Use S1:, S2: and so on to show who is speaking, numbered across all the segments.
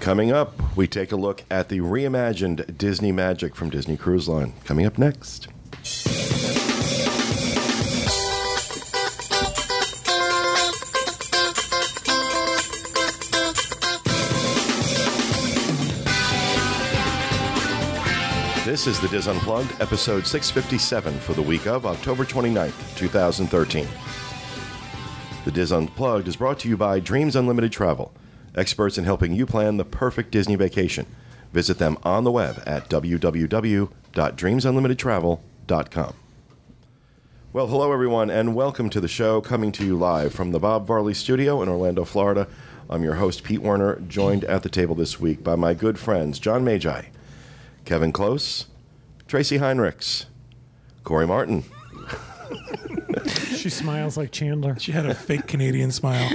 S1: Coming up, we take a look at the reimagined Disney magic from Disney Cruise Line. Coming up next. This is the Diz Unplugged, episode 657 for the week of October 29th, 2013. The Diz Unplugged is brought to you by Dreams Unlimited Travel, experts in helping you plan the perfect Disney vacation. Visit them on the web at www.dreamsunlimitedtravel.com. Well, hello everyone, and welcome to the show, coming to you live from the Bob Varley Studio in Orlando, Florida. I'm your host, Pete Werner, joined at the table this week by my good friends, John Magi. Kevin Close, Tracy Heinrichs, Corey Martin.
S2: She smiles like Chandler.
S3: She had a fake Canadian smile.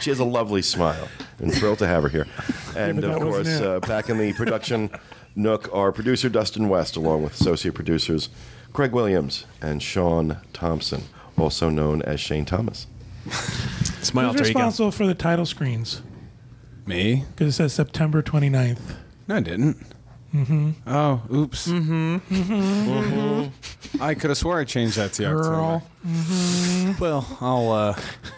S1: She has a lovely smile, and thrilled to have her here. And
S2: but
S1: of
S2: that wasn't
S1: course,
S2: it.
S1: uh, back in the production nook are producer Dustin West, along with associate producers Craig Williams and Sean Thompson, also known as Shane Thomas.
S4: It's my
S3: Who's
S4: alter ego.
S3: responsible for the title screens?
S4: Me?
S3: Because it says September 29th.
S4: No, I didn't. Mm-hmm. Oh, oops. Mm-hmm. I could have swore I changed that to
S3: Girl.
S4: October. Well, I'll. Uh,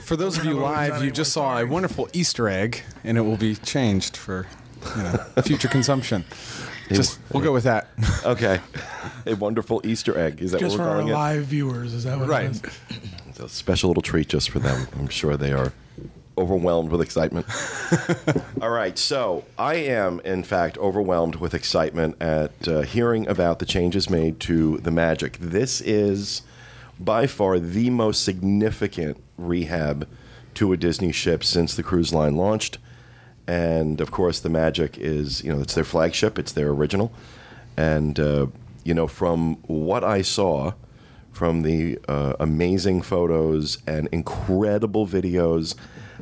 S4: for those of you
S3: Well, it's
S4: live,
S3: not
S4: you
S3: even
S4: just saw a
S3: starting.
S4: wonderful Easter egg, and it will be changed for you know, future consumption. Just we'll go with that.
S1: Okay, a wonderful Easter egg. Is that
S3: Just for
S1: what we're
S3: our
S1: calling it?
S3: live viewers, is that what
S4: Right.
S3: it is?
S1: It's a special little treat just for them. I'm sure they are overwhelmed with excitement. All right, so I am, in fact, overwhelmed with excitement at uh, hearing about the changes made to the Magic. This is by far the most significant rehab to a Disney ship since the cruise line launched. And of course, the Magic is, you know, it's their flagship, it's their original. And, uh, you know, from what I saw, from the uh, amazing photos and incredible videos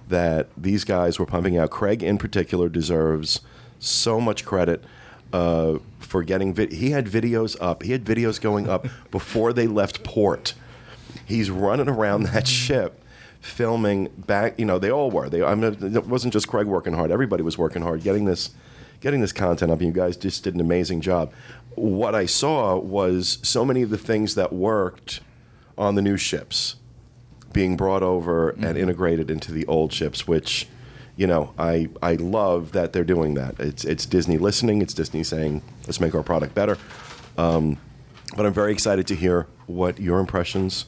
S1: that these guys were pumping out. Craig, in particular, deserves so much credit uh, for getting. Vid- he had videos up. He had videos going up before they left port. He's running around that ship, filming back. You know, they all were. They. I mean, it wasn't just Craig working hard. Everybody was working hard getting this, getting this content up. You guys just did an amazing job. What I saw was so many of the things that worked on the new ships being brought over and integrated into the old ships, which, you know, I I love that they're doing that. It's it's Disney listening. It's Disney saying, let's make our product better. Um, but I'm very excited to hear what your impressions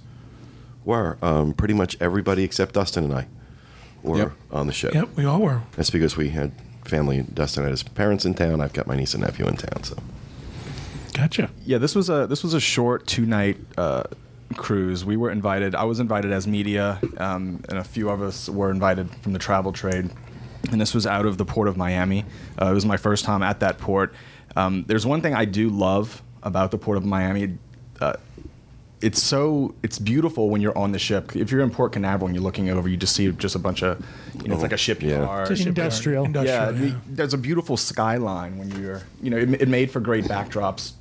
S1: were. Um, pretty much everybody except Dustin and I were
S4: Yep.
S1: on the ship.
S3: Yep, we all were.
S1: That's because we had family. Dustin had his parents in town. I've got my niece and nephew in town. So
S3: Gotcha.
S5: Yeah, this was a this was a short two night uh, cruise. We were invited. I was invited as media, um, and a few of us were invited from the travel trade. And this was out of the port of Miami. Uh, it was my first time at that port. Um, there's one thing I do love about the port of Miami. Uh, it's so it's beautiful when you're on the ship. If you're in Port Canaveral and you're looking over, you just see just a bunch of, you know, it's like a shipyard.
S2: Just industrial.
S5: Yeah,
S3: Industrial.
S5: the, there's a beautiful skyline when you're, you know, it, it made for great backdrops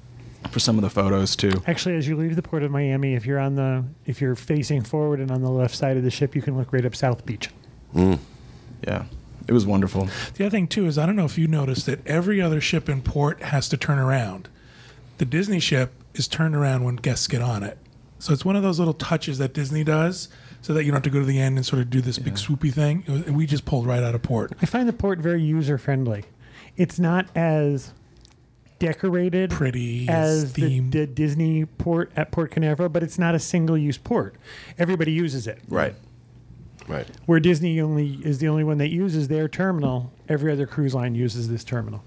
S5: for some of the photos too.
S2: Actually, as you leave the port of Miami, if you're on the if you're facing forward and on the left side of the ship, you can look right up South Beach.
S5: Yeah, it was wonderful.
S3: The other thing too is I don't know if you noticed that every other ship in port has to turn around. The Disney ship is turned around when guests get on it. So it's one of those little touches that Disney does so that you don't have to go to the end and sort of do this big swoopy thing. It was- we just pulled right out of port.
S2: I find the port very user friendly. It's not as decorated,
S3: Pretty,
S2: as
S3: as
S2: the,
S3: themed.
S2: the Disney port at Port Canaveral, but it's not a single use port. Everybody uses it.
S1: right, right.
S2: Where Disney only is the only one that uses their terminal. Every other cruise line uses this terminal.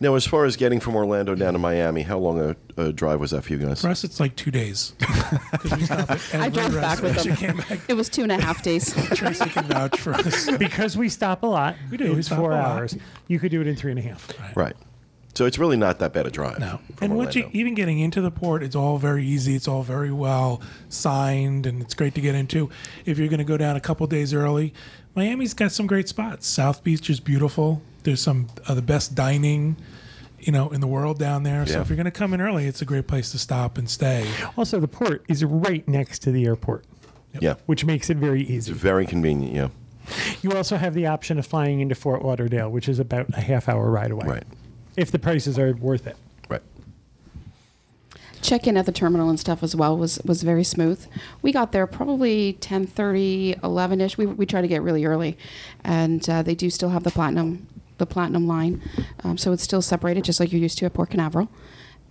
S1: Now, as far as getting from Orlando down to Miami, how long a, a drive was that for you guys?
S3: For us, it's like two days. 'Cause we stop at
S6: I
S3: every
S6: drove
S3: restaurant.
S6: back with
S3: She
S6: them.
S3: came back.
S6: It was two and a half days.
S3: Tracy can vouch for us.
S2: Because we stop a lot. We
S3: do,
S2: It
S3: we
S2: was
S3: stop
S2: four
S3: a lot.
S2: hours. You could do it in three and a half.
S1: Right. So it's really not that bad a drive.
S3: No.
S1: from
S3: And once you,
S1: Orlando.
S3: even getting into the port, it's all very easy. It's all very well signed, and it's great to get into. If you're going to go down a couple days early, Miami's got some great spots. South Beach is beautiful. There's some of the best dining, you know, in the world down there. So
S1: Yeah.
S3: if you're going to come in early, it's a great place to stop and stay.
S2: Also, the port is right next to the airport,
S1: yeah,
S2: which makes it very easy.
S1: very convenient. Yeah.
S2: You also have the option of flying into Fort Lauderdale, which is about a half hour ride away.
S1: Right.
S2: If the prices are worth it.
S1: Right.
S6: check in at the terminal and stuff as well was was very smooth we got there probably 10 30 11 ish we, we try to get really early and uh, they do still have the platinum the platinum line um, so it's still separated just like you're used to at port canaveral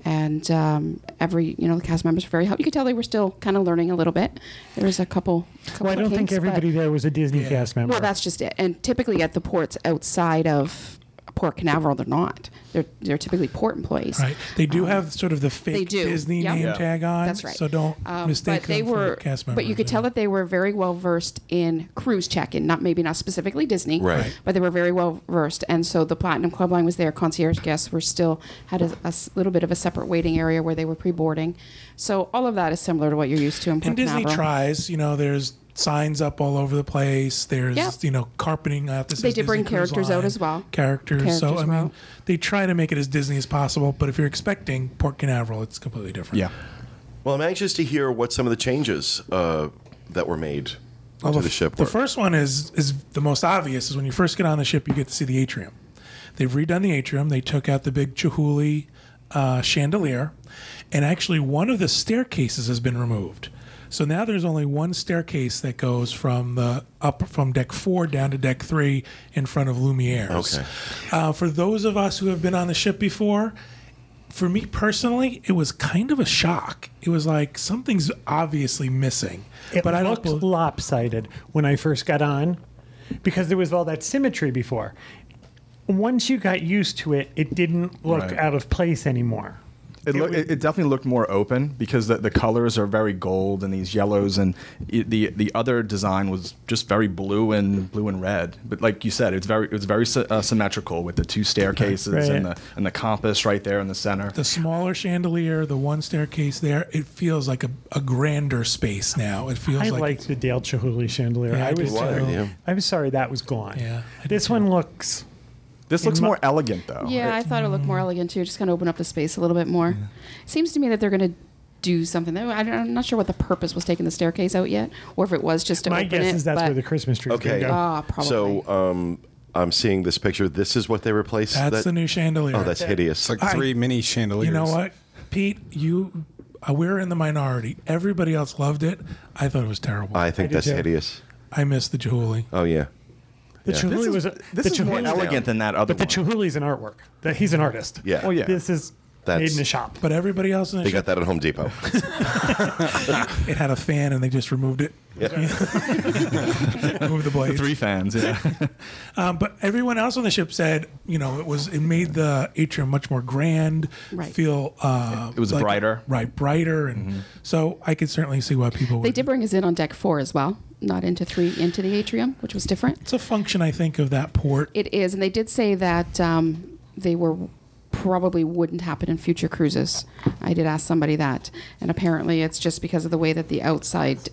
S6: and um, every you know the cast members were very helpful you could tell they were still kind of learning a little bit there was a couple, couple
S2: Well, I
S6: of
S2: don't think
S6: kinks, but-
S2: everybody there was a Disney cast member.
S6: well, that's just it. And typically at the ports outside of Port Canaveral, they're not. They're they're typically port employees.
S3: Right. They do have sort of the
S6: Um, they
S3: fake
S6: do.
S3: Disney
S6: Yep.
S3: name
S6: Yeah.
S3: tag on.
S6: That's right.
S3: So don't
S6: Um,
S3: mistake
S6: but they
S3: them
S6: were,
S3: for cast members.
S6: But you could tell that they were very well versed in cruise check-in, not maybe not specifically Disney,
S1: Right.
S6: But they were very well versed, and so the Platinum Club line was there. Concierge guests were still had a, a s- little bit of a separate waiting area where they were pre-boarding. So all of that is similar to what you're used to in Port
S3: and Disney
S6: Canaveral.
S3: tries. You know, there's signs up all over the place. There's
S6: Yeah.
S3: you know carpeting out. This
S6: They
S3: is
S6: did bring
S3: Disney Cruise
S6: characters out
S3: Line,
S6: as well.
S3: Characters. so
S6: Characters
S3: I
S6: were
S3: mean,
S6: out.
S3: they try to make it as Disney as possible. But if you're expecting Port Canaveral, it's completely different.
S4: Yeah.
S1: Well, I'm anxious to hear what some of the changes uh, that were made
S3: Oh, Well,
S1: to
S3: the,
S1: the ship
S3: The
S1: were.
S3: first one is is the most obvious. Is when you first get on the ship, you get to see the atrium. They've redone the atrium. They took out the big Chihuly uh, chandelier, and actually one of the staircases has been removed. So now there's only one staircase that goes from the up from deck four down to deck three in front of Lumiere's.
S1: Okay.
S3: Uh, for those of us who have been on the ship before, for me personally, it was kind of a shock. It was like something's obviously missing,
S2: It
S3: but I don't.
S2: looked
S3: bel-
S2: lopsided when I first got on because there was all that symmetry before. Once you got used to it, it didn't look
S4: Right.
S2: out of place anymore.
S5: It, loo- it, it definitely looked more open because the, the colors are very gold and these yellows and i the the other design was just very blue and blue and red. But like you said, it's very it's very sy- uh, symmetrical with the two staircases and
S2: Right.
S5: the and the compass right there in the center.
S3: the smaller chandelier, the one staircase there, it feels like a, a grander space now. It feels
S2: I
S3: like
S2: liked the Dale Chihuly chandelier.
S3: Yeah, I
S2: I was
S3: did too.
S1: Yeah.
S2: I'm sorry that was gone.
S3: Yeah, I did
S2: This one looks
S5: This looks
S2: my-
S5: more elegant though.
S6: Yeah, I thought it looked more elegant too. Just kind of open up the space a little bit more. Seems to me that they're going to do something. Though I don't, I'm not sure what the purpose was taking the staircase out yet, or if it was just to
S2: my
S6: open
S2: guess
S6: it,
S2: is that's
S6: but-
S2: where the Christmas tree
S1: Okay.
S2: go.
S6: Ah, probably.
S1: So um, I'm seeing this picture. This is what they replaced.
S3: that's
S1: That-
S3: the new chandelier.
S1: Oh, that's hideous.
S4: It's like three mini chandeliers.
S3: You know what, Pete? You, uh, we're in the minority. Everybody else loved it. I thought it was terrible.
S1: I
S3: I,
S1: think
S2: I do
S1: that's
S2: too.
S1: hideous.
S3: miss the Jahuli.
S1: Oh yeah.
S2: the
S1: Yeah.
S2: Chihuly
S5: This is,
S2: was a,
S5: this
S2: the
S5: is more
S2: Chihuly-
S5: elegant than that other
S2: But the
S5: one.
S2: Chihuly's an artwork. That he's an artist.
S1: Yeah.
S5: Well, yeah.
S2: This is made
S1: That's-
S2: in a shop.
S3: But everybody else in the
S1: They
S3: ship,
S1: got that at Home Depot.
S3: it had a fan, and they just removed it. Moved the blades.
S5: Three fans, yeah.
S3: Um, but everyone else on the ship said, you know, it was it made the atrium much more grand,
S6: Right.
S3: feel. Uh,
S5: It was brighter.
S3: right? Brighter, and
S1: Mm-hmm.
S3: so I could certainly see why people.
S6: they
S3: Would.
S6: did bring us in on deck four as well, not into three, into the atrium, which was different.
S3: It's a function, I think, of that port.
S6: It is, and they did say that um, they were probably wouldn't happen in future cruises. I did ask somebody that, and apparently it's just because of the way that the outside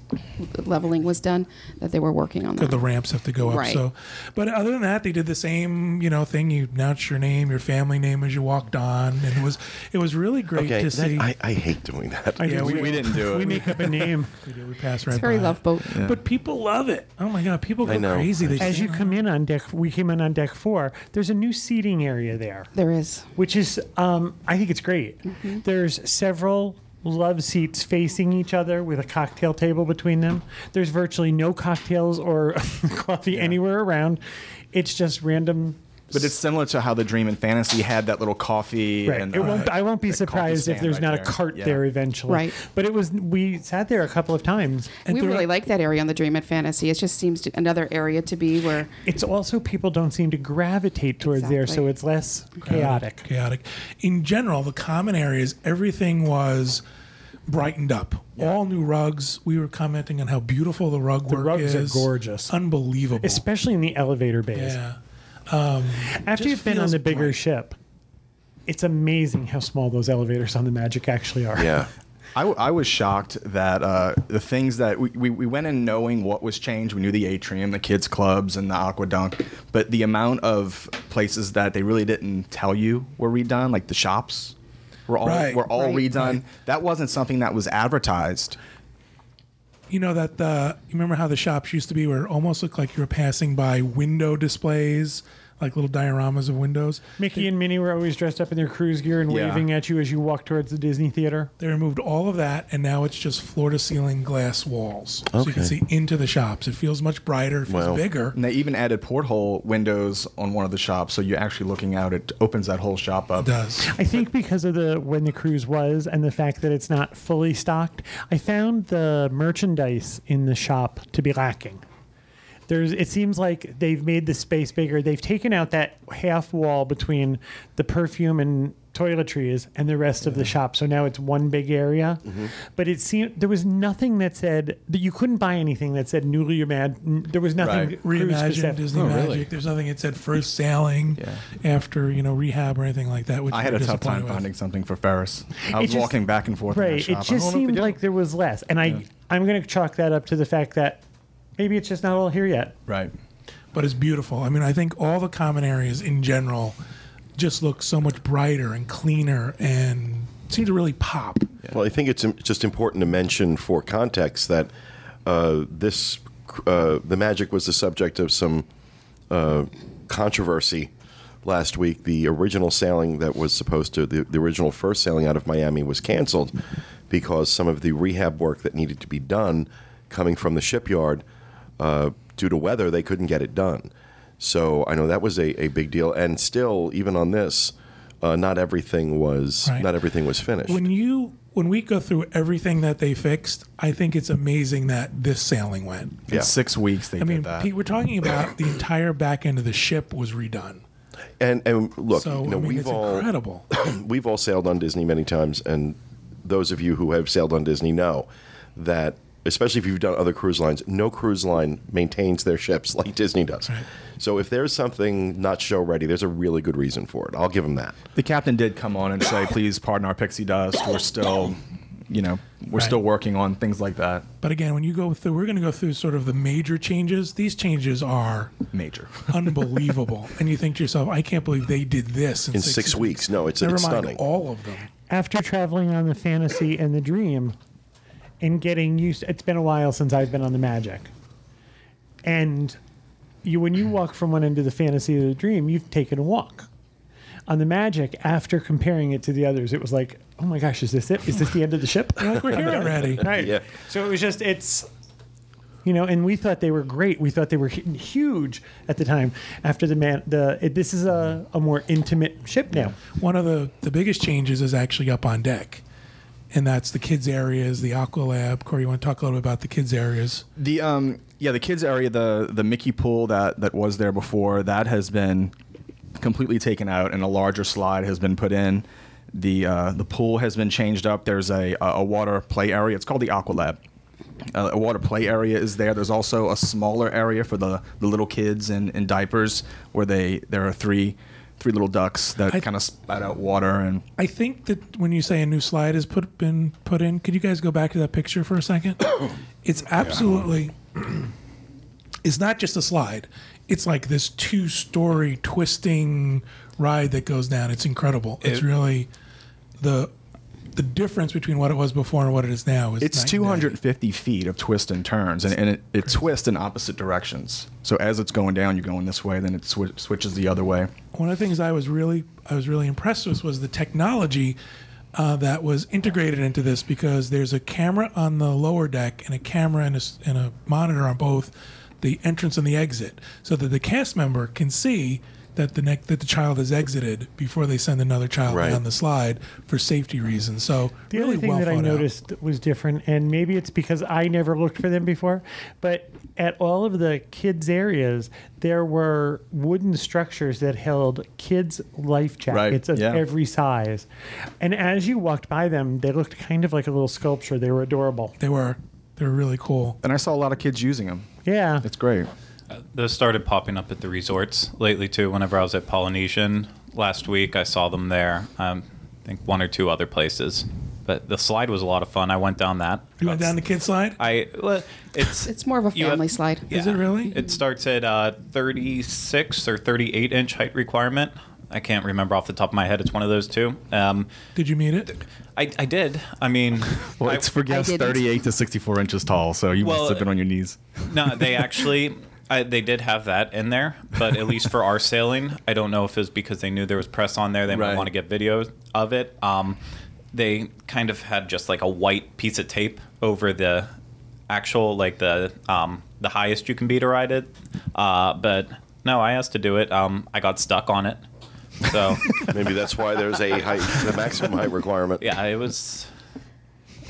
S6: leveling was done that they were working on that.
S3: the ramps have to go up.
S6: Right.
S3: So, but other than that, they did the same, you know, thing. You announced your name, your family name as you walked on, and it was it was really great
S1: okay.
S3: to
S1: that-
S3: see.
S1: I, I hate doing that.
S2: I
S3: yeah, we,
S5: we didn't do it.
S2: we make up a name.
S3: we did. We passed right.
S6: It's very
S3: by it.
S6: love boat.
S3: But people love it. Oh my god, people go
S1: I know.
S3: crazy. They
S2: As you come in on deck, we came in on deck four. There's a new seating area there.
S6: There is.
S2: which is um, I think it's great.
S6: Mm-hmm.
S2: There's several love seats facing each other with a cocktail table between them. There's virtually no cocktails or coffee anywhere around. It's just random.
S5: But it's similar to how the Dream and Fantasy had that little coffee.
S2: Right.
S5: And,
S2: it won't.
S5: uh,
S2: I won't be
S5: that coffee
S2: surprised if
S5: stand
S2: there's
S5: right
S2: not
S5: there.
S2: a cart
S5: Yeah.
S2: there eventually.
S6: Right.
S2: But it was. We sat there a couple of times.
S6: we really like that area on the Dream and Fantasy. It just seems to, another area to be where
S2: It's also people don't seem to gravitate towards there, so
S6: Exactly.
S2: it's less chaotic.
S3: chaotic. In general, the common areas, everything was brightened up. All new rugs. We were commenting on how beautiful the rug work
S2: rugs are
S3: is.
S2: gorgeous.
S3: unbelievable.
S2: Especially in the elevator bays.
S3: yeah,
S2: After
S3: just
S2: you've been on
S3: feels
S2: the bigger
S3: right.
S2: ship, it's amazing how small those elevators on the Magic actually are.
S1: yeah.
S5: I, w- I was shocked that uh, the things that we, we, we went in knowing what was changed. We knew the atrium, the kids' clubs, and the aqueduct, but the amount of places that they really didn't tell you were redone, like the shops were all
S3: Right,
S5: were all
S6: right,
S5: redone. That wasn't something that was advertised.
S3: you know that the you remember how the shops used to be where it almost looked like you were passing by window displays, like little dioramas of windows.
S2: Mickey and Minnie were always dressed up in their cruise gear and
S5: Yeah.
S2: waving at you as you walked towards the Disney Theater.
S3: They removed all of that, and now it's just floor to ceiling glass walls, so you
S1: Okay.
S3: can see into the shops. It feels much brighter, it feels
S1: Wow.
S3: bigger.
S5: And they even added porthole windows on one of the shops, so you're actually looking out. It opens that whole shop up.
S3: It does.
S2: I think because of the when the cruise was and the fact that it's not fully stocked, I found the merchandise in the shop to be lacking. There's it seems like they've made the space bigger. They've taken out that half wall between the perfume and toiletries and the rest of the shop. So now it's one big area. But it seemed there was nothing that said that you couldn't buy anything that said newly imagined. There was nothing
S5: Right.
S2: cruise
S3: Reimagined
S2: specific.
S3: Disney Magic. There's nothing it said first sailing after you know rehab or anything like that. Which
S5: I had
S3: we
S5: a
S3: were
S5: tough time
S3: disappointed with.
S5: finding something for Ferris. I was
S2: just-
S5: walking back and forth in that
S2: Right. It
S5: shop. I don't know
S2: just
S5: if they
S2: seemed
S5: do.
S2: like there was less, and I I'm going to chalk that up to the fact that maybe it's just not all here yet.
S5: right.
S3: but it's beautiful. I mean, I think all the common areas in general just look so much brighter and cleaner and seem to really pop.
S1: Well, I think it's im- just important to mention for context that uh, this uh, the magic was the subject of some uh, controversy last week. The original sailing that was supposed to the, the original first sailing out of Miami was canceled because some of the rehab work that needed to be done coming from the shipyard uh, due to weather they couldn't get it done. So I know that was a, a big deal, and still even on this. Uh, not everything was
S3: Right.
S1: not everything was finished.
S3: When you when we go through everything that they fixed, I think it's amazing that this sailing went.
S5: In six weeks they
S3: I
S5: did
S3: mean,
S5: that.
S3: Pete, we're talking about the entire back end of the ship was redone.
S1: And and look,
S3: So
S1: you know,
S3: I mean,
S1: we've
S3: it's
S1: all
S3: incredible.
S1: we've all sailed on Disney many times, and those of you who have sailed on Disney know that, especially if you've done other cruise lines, no cruise line maintains their ships like Disney does. So if there's something not show ready, there's a really good reason for it. I'll give them that.
S5: the captain did come on and say, "Please pardon our pixie dust. We're still, you know, we're
S3: Right.
S5: still working on things like that."
S3: But again, when you go through, we're going to go through sort of the major changes. These changes are
S5: Major.
S3: unbelievable, and you think to yourself, "I can't believe they did this in,
S1: In six weeks. No, it's-
S3: never
S1: it's
S3: mind
S1: stunning.
S3: all of them."
S2: After traveling on the fantasy and the dream, and getting used, it's been a while since I've been on the magic, and you when you walk from one end of the fantasy to the dream, you've taken a walk. On the magic, after comparing it to the others, it was like, oh my gosh, is this it? Is this the end of the ship?
S3: Like we're here already.
S2: Right.
S1: Yeah.
S2: So it was just it's you know, and we thought they were great. We thought they were hu- huge at the time. After the man, the it, this is a, a more intimate ship now.
S3: One of the, the biggest changes is actually up on deck, and that's the kids' areas, the aqua lab. Corey, you want to talk a little bit about the kids' areas?
S5: The um yeah, the kids area, the the Mickey pool that that was there before, that has been completely taken out, and a larger slide has been put in. The uh, the pool has been changed up. There's a a water play area. It's called the Aqua Lab. Uh, a water play area is there. There's also a smaller area for the, the little kids in, in diapers, where they there are three three little ducks that
S3: I-
S5: kind of spout out water and
S3: I think that when you say a new slide has put been put in, could you guys go back to that picture for a second? it's absolutely. It's not just a slide. It's like this two-story twisting ride that goes down. It's incredible. it's really the the difference between what it was before and what it is now is
S5: It's
S3: night and day.
S5: 250 feet of twists and turns, and, and it, it twists in opposite directions. So as it's going down, you're going this way, then it swi- switches the other way.
S3: one of the things I was really I was really impressed with was the technology uh, that was integrated into this because there's a camera on the lower deck and a camera and a, s- and a monitor on both the entrance and the exit, so that the cast member can see that the neck that the child has exited before they send another child
S1: Right.
S3: down the slide for safety reasons. So
S2: The
S3: really
S2: other thing
S3: well
S2: that I
S3: thought out.
S2: noticed was different, and maybe it's because I never looked for them before, but at all of the kids' areas, there were wooden structures that held kids' life jackets of
S5: yeah.
S2: every size. And as you walked by them, they looked kind of like a little sculpture. They were adorable.
S3: they were they were really cool.
S5: And I saw a lot of kids using them.
S2: Yeah.
S5: It's great.
S7: Those started popping up at the resorts lately too. Whenever I was at Polynesian last week, I saw them there. Um, I think one or two other places. But the slide was a lot of fun. I went down that.
S3: You went down the kid slide.
S7: I well, it's
S6: It's more of a
S7: you have-
S6: family slide.
S3: Is it really?
S7: It starts at uh, 36 or 38 inch height requirement. I can't remember off the top of my head. It's one of those two. Um,
S3: Did you meet it?
S7: I, I did. I mean,
S5: Well,
S7: I-
S5: it's for guests
S6: didn't.
S5: 38 to 64 inches tall, so you
S7: Well,
S5: must have been on your knees.
S7: no, they actually I, they did have that in there, but at least for our sailing, I don't know if it was because they knew there was press on there. They might
S5: Right.
S7: want to get videos of it. Um, they kind of had just like a white piece of tape over the actual like the um, the highest you can be to ride it. Uh, but no, I asked to do it. Um, I got stuck on it. So
S1: Maybe that's why there's a height, the maximum height requirement.
S7: yeah, it was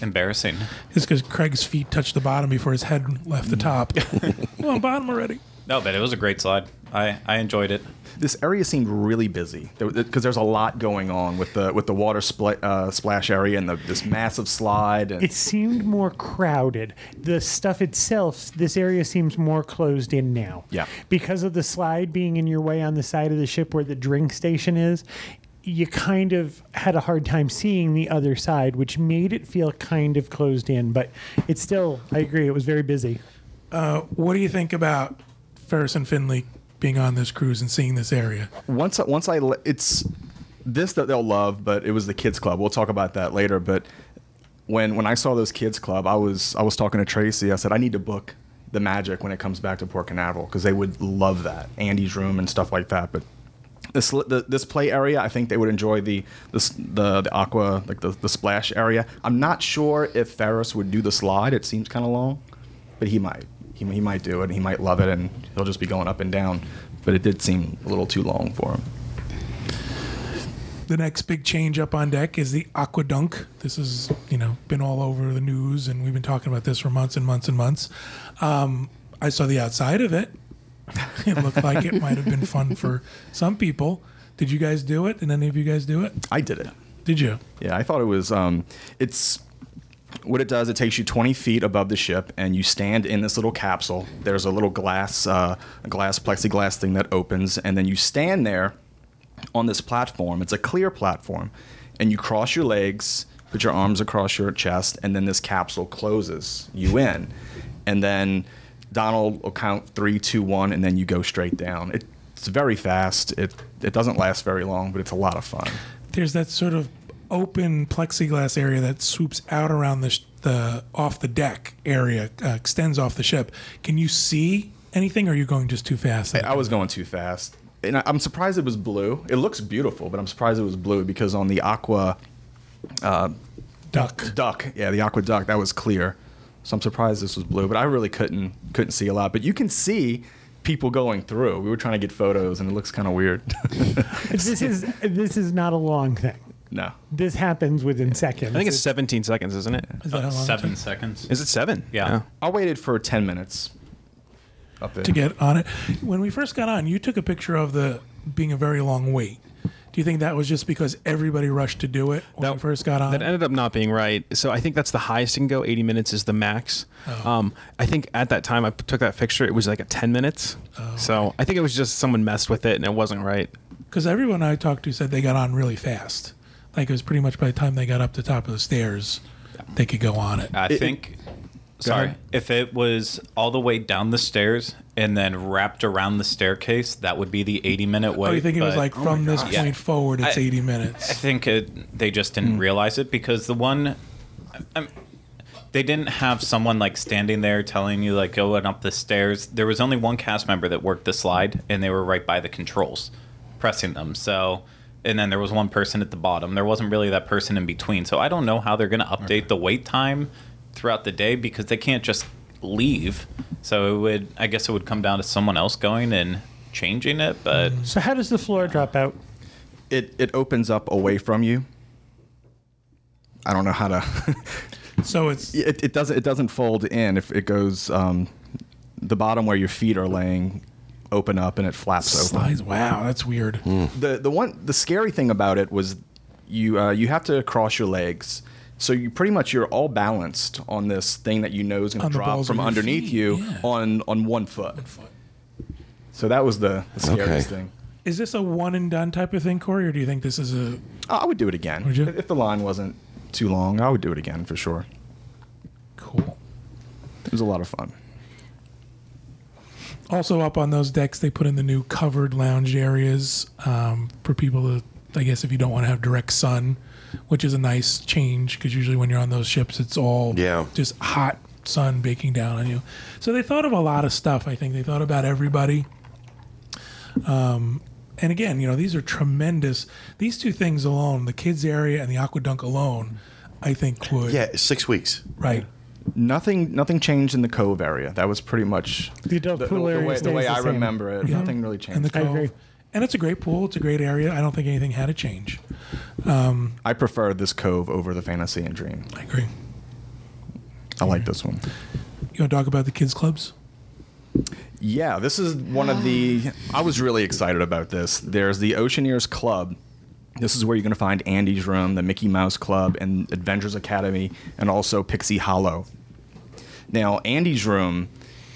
S7: embarrassing.
S3: It's because Craig's feet touched the bottom before his head left the top. well, on bottom already.
S7: No, but it was a great slide. I, I enjoyed it.
S5: This area seemed really busy because there's a lot going on with the with the water spl- uh, splash area and the, this massive slide. And
S2: It seemed more crowded. The stuff itself, this area seems more closed in now.
S5: Yeah.
S2: Because of the slide being in your way on the side of the ship where the drink station is, you kind of had a hard time seeing the other side, which made it feel kind of closed in. But it's still, I agree, it was very busy.
S3: What do you think about Ferris and Finley being on this cruise and seeing this area?
S5: once I- once I le- it's this that they'll love, but it was the kids club. We'll talk about that later. But when when I saw those kids club, I was I was talking to Tracy. I said I need to book the magic when it comes back to Port Canaveral because they would love that Andy's room and stuff like that. But this the, this play area, I think they would enjoy the this the the aqua like the the splash area. I'm not sure if Ferris would do the slide. It seems kind of long, but he might. He, he might do it and he might love it and he'll just be going up and down. But it did seem a little too long for him.
S3: The next big change up on deck is the aquadunk. This has, you know, been all over the news, and we've been talking about this for months and months and months. Um, I saw the outside of it. it looked like it might have been fun for some people. Did you guys do it? Did any of you guys do it?
S5: I did it.
S3: Did you?
S5: Yeah, I thought it was. Um, it's what it does. It takes you 20 feet above the ship, and you stand in this little capsule. There's a little glass, uh, glass plexiglass thing that opens, and then you stand there on this platform. It's a clear platform, and you cross your legs, put your arms across your chest, and then this capsule closes you in, and then Donald will count three, two, one, and then you go straight down. It, it's very fast. It it doesn't last very long, but it's a lot of fun.
S3: There's that sort of open plexiglass area that swoops out around the, sh- the off the deck area, uh, extends off the ship. Can you see anything, or are you going just too fast?
S5: I was going too fast. And I, I'm surprised it was blue. It looks beautiful, but I'm surprised it was blue because on the aqua
S3: duck.
S5: duck, yeah, the aqua duck, that was clear. So I'm surprised this was blue, but I really couldn't couldn't see a lot. But you can see people going through. We were trying to get photos, and it looks kind of weird.
S2: This is this is not a long thing.
S5: no,
S2: This happens within seconds.
S8: I think it's 17 seconds, isn't it?
S3: Is that how long it
S7: Seven
S3: took
S7: seconds.
S8: Is it seven?
S7: Yeah.
S5: I waited for 10 minutes. Up there.
S3: to get on it? When we first got on, you took a picture of the being a very long wait. Do you think that was just because everybody rushed to do it when we first got on?
S8: That ended up not being right. So I think that's the highest it can go. 80 minutes is the max.
S3: Oh.
S8: Um, I think at that time I p- took that picture, it was like a 10 minutes.
S3: Oh,
S8: So I think it was just someone messed with it and it wasn't right.
S3: because everyone I talked to said they got on really fast. Like it was pretty much by the time they got up the top of the stairs, they could go on it.
S7: I think. sorry,
S5: ahead.
S7: if it was all the way down the stairs and then wrapped around the staircase, that would be the eighty-minute wait.
S3: Oh, you think it was
S7: but
S3: like from this point
S7: Yeah.
S3: forward, it's
S7: I-
S3: 80
S7: I
S3: minutes.
S7: think it, they just didn't realize it because the one, I, I'm- they didn't have someone like standing there telling you like going up the stairs. There was only one cast member that worked the slide, and they were right by the controls, pressing them. So. And then there was one person at the bottom. There wasn't really that person in between. So I don't know how they're going to update the wait time throughout the day because they can't just leave. So it would, I guess, it would come down to someone else going and changing it. But
S2: so how does the floor drop out?
S5: It, it opens up away from you. I don't know how to.
S3: So it's
S5: it, it doesn't it doesn't fold in if it goes um, the bottom where your feet are laying open up and it flaps open
S3: slides. Wow, that's weird.
S5: the the one the scary thing about it was you uh, you have to cross your legs so you pretty much you're all balanced on this thing that you know is going
S3: On the
S5: to drop
S3: balls
S5: from
S3: of your
S5: underneath
S3: feet,
S5: you
S3: yeah.
S5: on on one foot so that was the, the scariest
S1: Okay.
S5: thing
S3: Is this a one and done type of thing, Corey, or do you think this is a
S5: I I would do it again
S3: Would you?
S5: if the line wasn't too long I would do it again for sure
S3: cool?
S5: it was a lot of fun
S3: Also, up on those decks, they put in the new covered lounge areas um, for people to, I guess, if you don't want to have direct sun, which is a nice change because usually when you're on those ships, it's all
S1: Yeah.
S3: just hot sun baking down on you. So they thought of a lot of stuff. I think they thought about everybody. Um, and again, you know, these are tremendous. These two things alone, the kids area and the aquadunk alone, I think would
S1: Yeah, six weeks.
S3: right.
S5: Nothing, nothing changed in the cove area. That was pretty much
S2: The adult pool area
S5: way, the
S2: stays
S5: way
S2: the
S5: I
S2: same.
S5: remember it. Nothing really
S3: And the
S5: changed.
S2: I
S3: cove.
S2: agree.
S3: And it's a great pool. It's a great area. I don't think anything had to change.
S5: I prefer this cove over the fantasy and dream.
S3: I agree.
S5: I like this one.
S3: You want to talk about the kids clubs?
S5: Yeah, this is one of the. I was really excited about this. There's the Oceaneers Club. This is where you're going to find Andy's Room, the Mickey Mouse Club, and Adventures Academy, and also Pixie Hollow. Now, Andy's Room,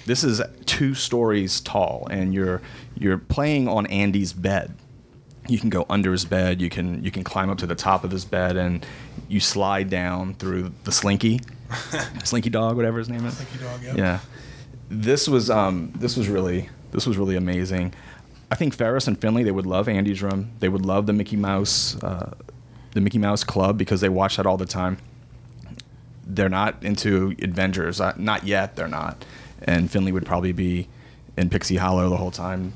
S5: this is two stories tall, and you're you're playing on Andy's bed. You can go under his bed. You can you can climb up to the top of his bed, and you slide down through the Slinky, Slinky Dog, whatever his name is.
S3: dog, yeah.
S5: Yeah, this was um, this was really this was really amazing. I think Ferris and Finley they would love Andy's Room. They would love the Mickey Mouse uh, the Mickey Mouse Club because they watch that all the time. They're not into Avengers, uh, not yet. They're not, and Finley would probably be in Pixie Hollow the whole time,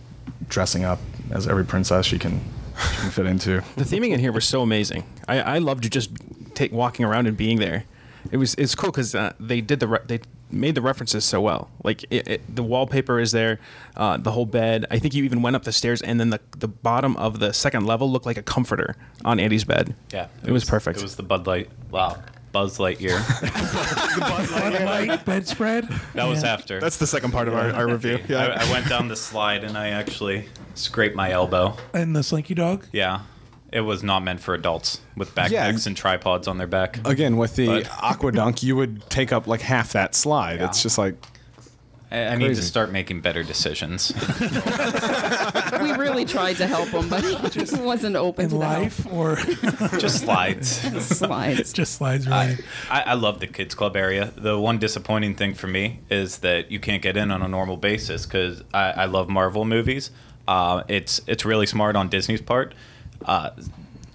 S5: dressing up as every princess she can, she can fit into.
S8: The theming in here was so amazing. I, I loved just take, walking around and being there. It was it's cool because uh, they did the re- they made the references so well. Like it, it, the wallpaper is there, uh, the whole bed. I think you even went up the stairs and then the the bottom of the second level looked like a comforter on Andy's bed.
S7: Yeah,
S8: it, was, perfect.
S7: It was the Bud Light. Wow, Buzz Lightyear.
S3: Right. Bedspread.
S7: That was after.
S5: That's the second part of our, our review. Yeah.
S7: I, I went down the slide and I actually scraped my elbow.
S3: And the slinky dog.
S7: Yeah, it was not meant for adults with backpacks
S4: Yeah.
S7: and tripods on their back.
S4: Again, with the
S7: But-
S4: aquadunk, you would take up like half that slide. It's just like
S7: I, I need to
S4: Crazy.
S7: start making better decisions.
S6: we really tried to help him, but he just wasn't open
S3: In
S6: to
S3: life or
S7: Just slides.
S6: that. Slides.
S3: just slides right.
S7: I, I love the kids club area. The one disappointing thing for me is that you can't get in on a normal basis because I, I love Marvel movies. Uh, it's it's really smart on Disney's part. Uh,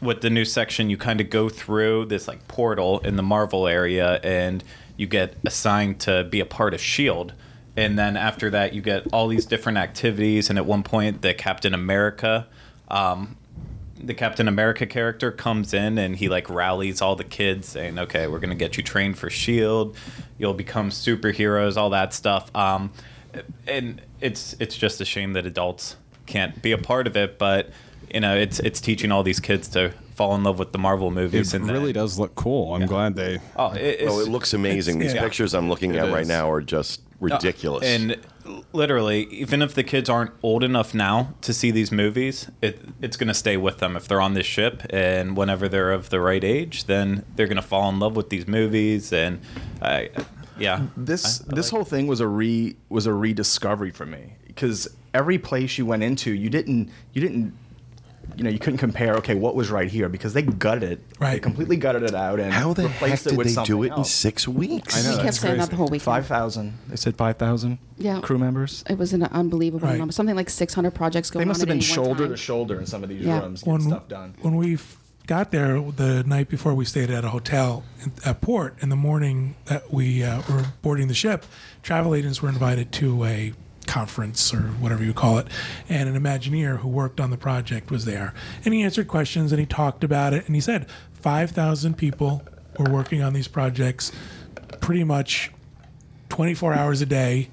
S7: with the new section, you kind of go through this like portal in the Marvel area, and you get assigned to be a part of Shield. E And then after that, you get all these different activities. And at one point, the Captain America um, the Captain America character comes in and he like rallies all the kids saying, "Okay, we're gonna get you trained for Shield. E You'll become superheroes, all that stuff." Um, and it's it's just a shame that adults can't be a part of it, but you know, it's it's teaching all these kids to fall in love with the Marvel movies.
S4: it
S7: and
S4: really
S7: then,
S4: does look cool. I'm glad they.
S7: Oh, it, it's,
S1: Oh, it looks amazing. These
S3: yeah.
S1: pictures I'm looking at right
S4: is.
S1: now are just ridiculous.
S7: Uh, And literally, even if the kids aren't old enough now to see these movies, it, it's going to stay with them if they're on this ship. And whenever they're of the right age, then they're going to fall in love with these movies. And I, yeah,
S5: this this whole thing was a re was a rediscovery for me because every place you went into you didn't you didn't you know you couldn't compare okay what was right here because they gutted it they
S3: Right.
S5: completely gutted it out and
S1: How the heck
S5: replaced
S1: did
S5: it with
S1: they
S5: something
S1: do it in
S5: else.
S1: six weeks?
S6: we kept saying that the whole weekend.
S5: Five thousand. They said five thousand.
S6: Yeah.
S5: Crew members.
S6: It was an unbelievable
S3: Right.
S6: number. Something like 600 projects going
S5: They
S6: on.
S5: must have
S6: at
S5: been
S6: any one
S5: shoulder
S6: time.
S5: to shoulder in some of these
S6: Yeah.
S5: rooms getting stuff done.
S3: When we f- got there the night before, we stayed at a hotel in- at port. In the morning that we uh, were boarding the ship, travel agents were invited to a conference or whatever you call it, and an Imagineer who worked on the project was there, and he answered questions and he talked about it, and he said five thousand people were working on these projects, pretty much 24 hours a day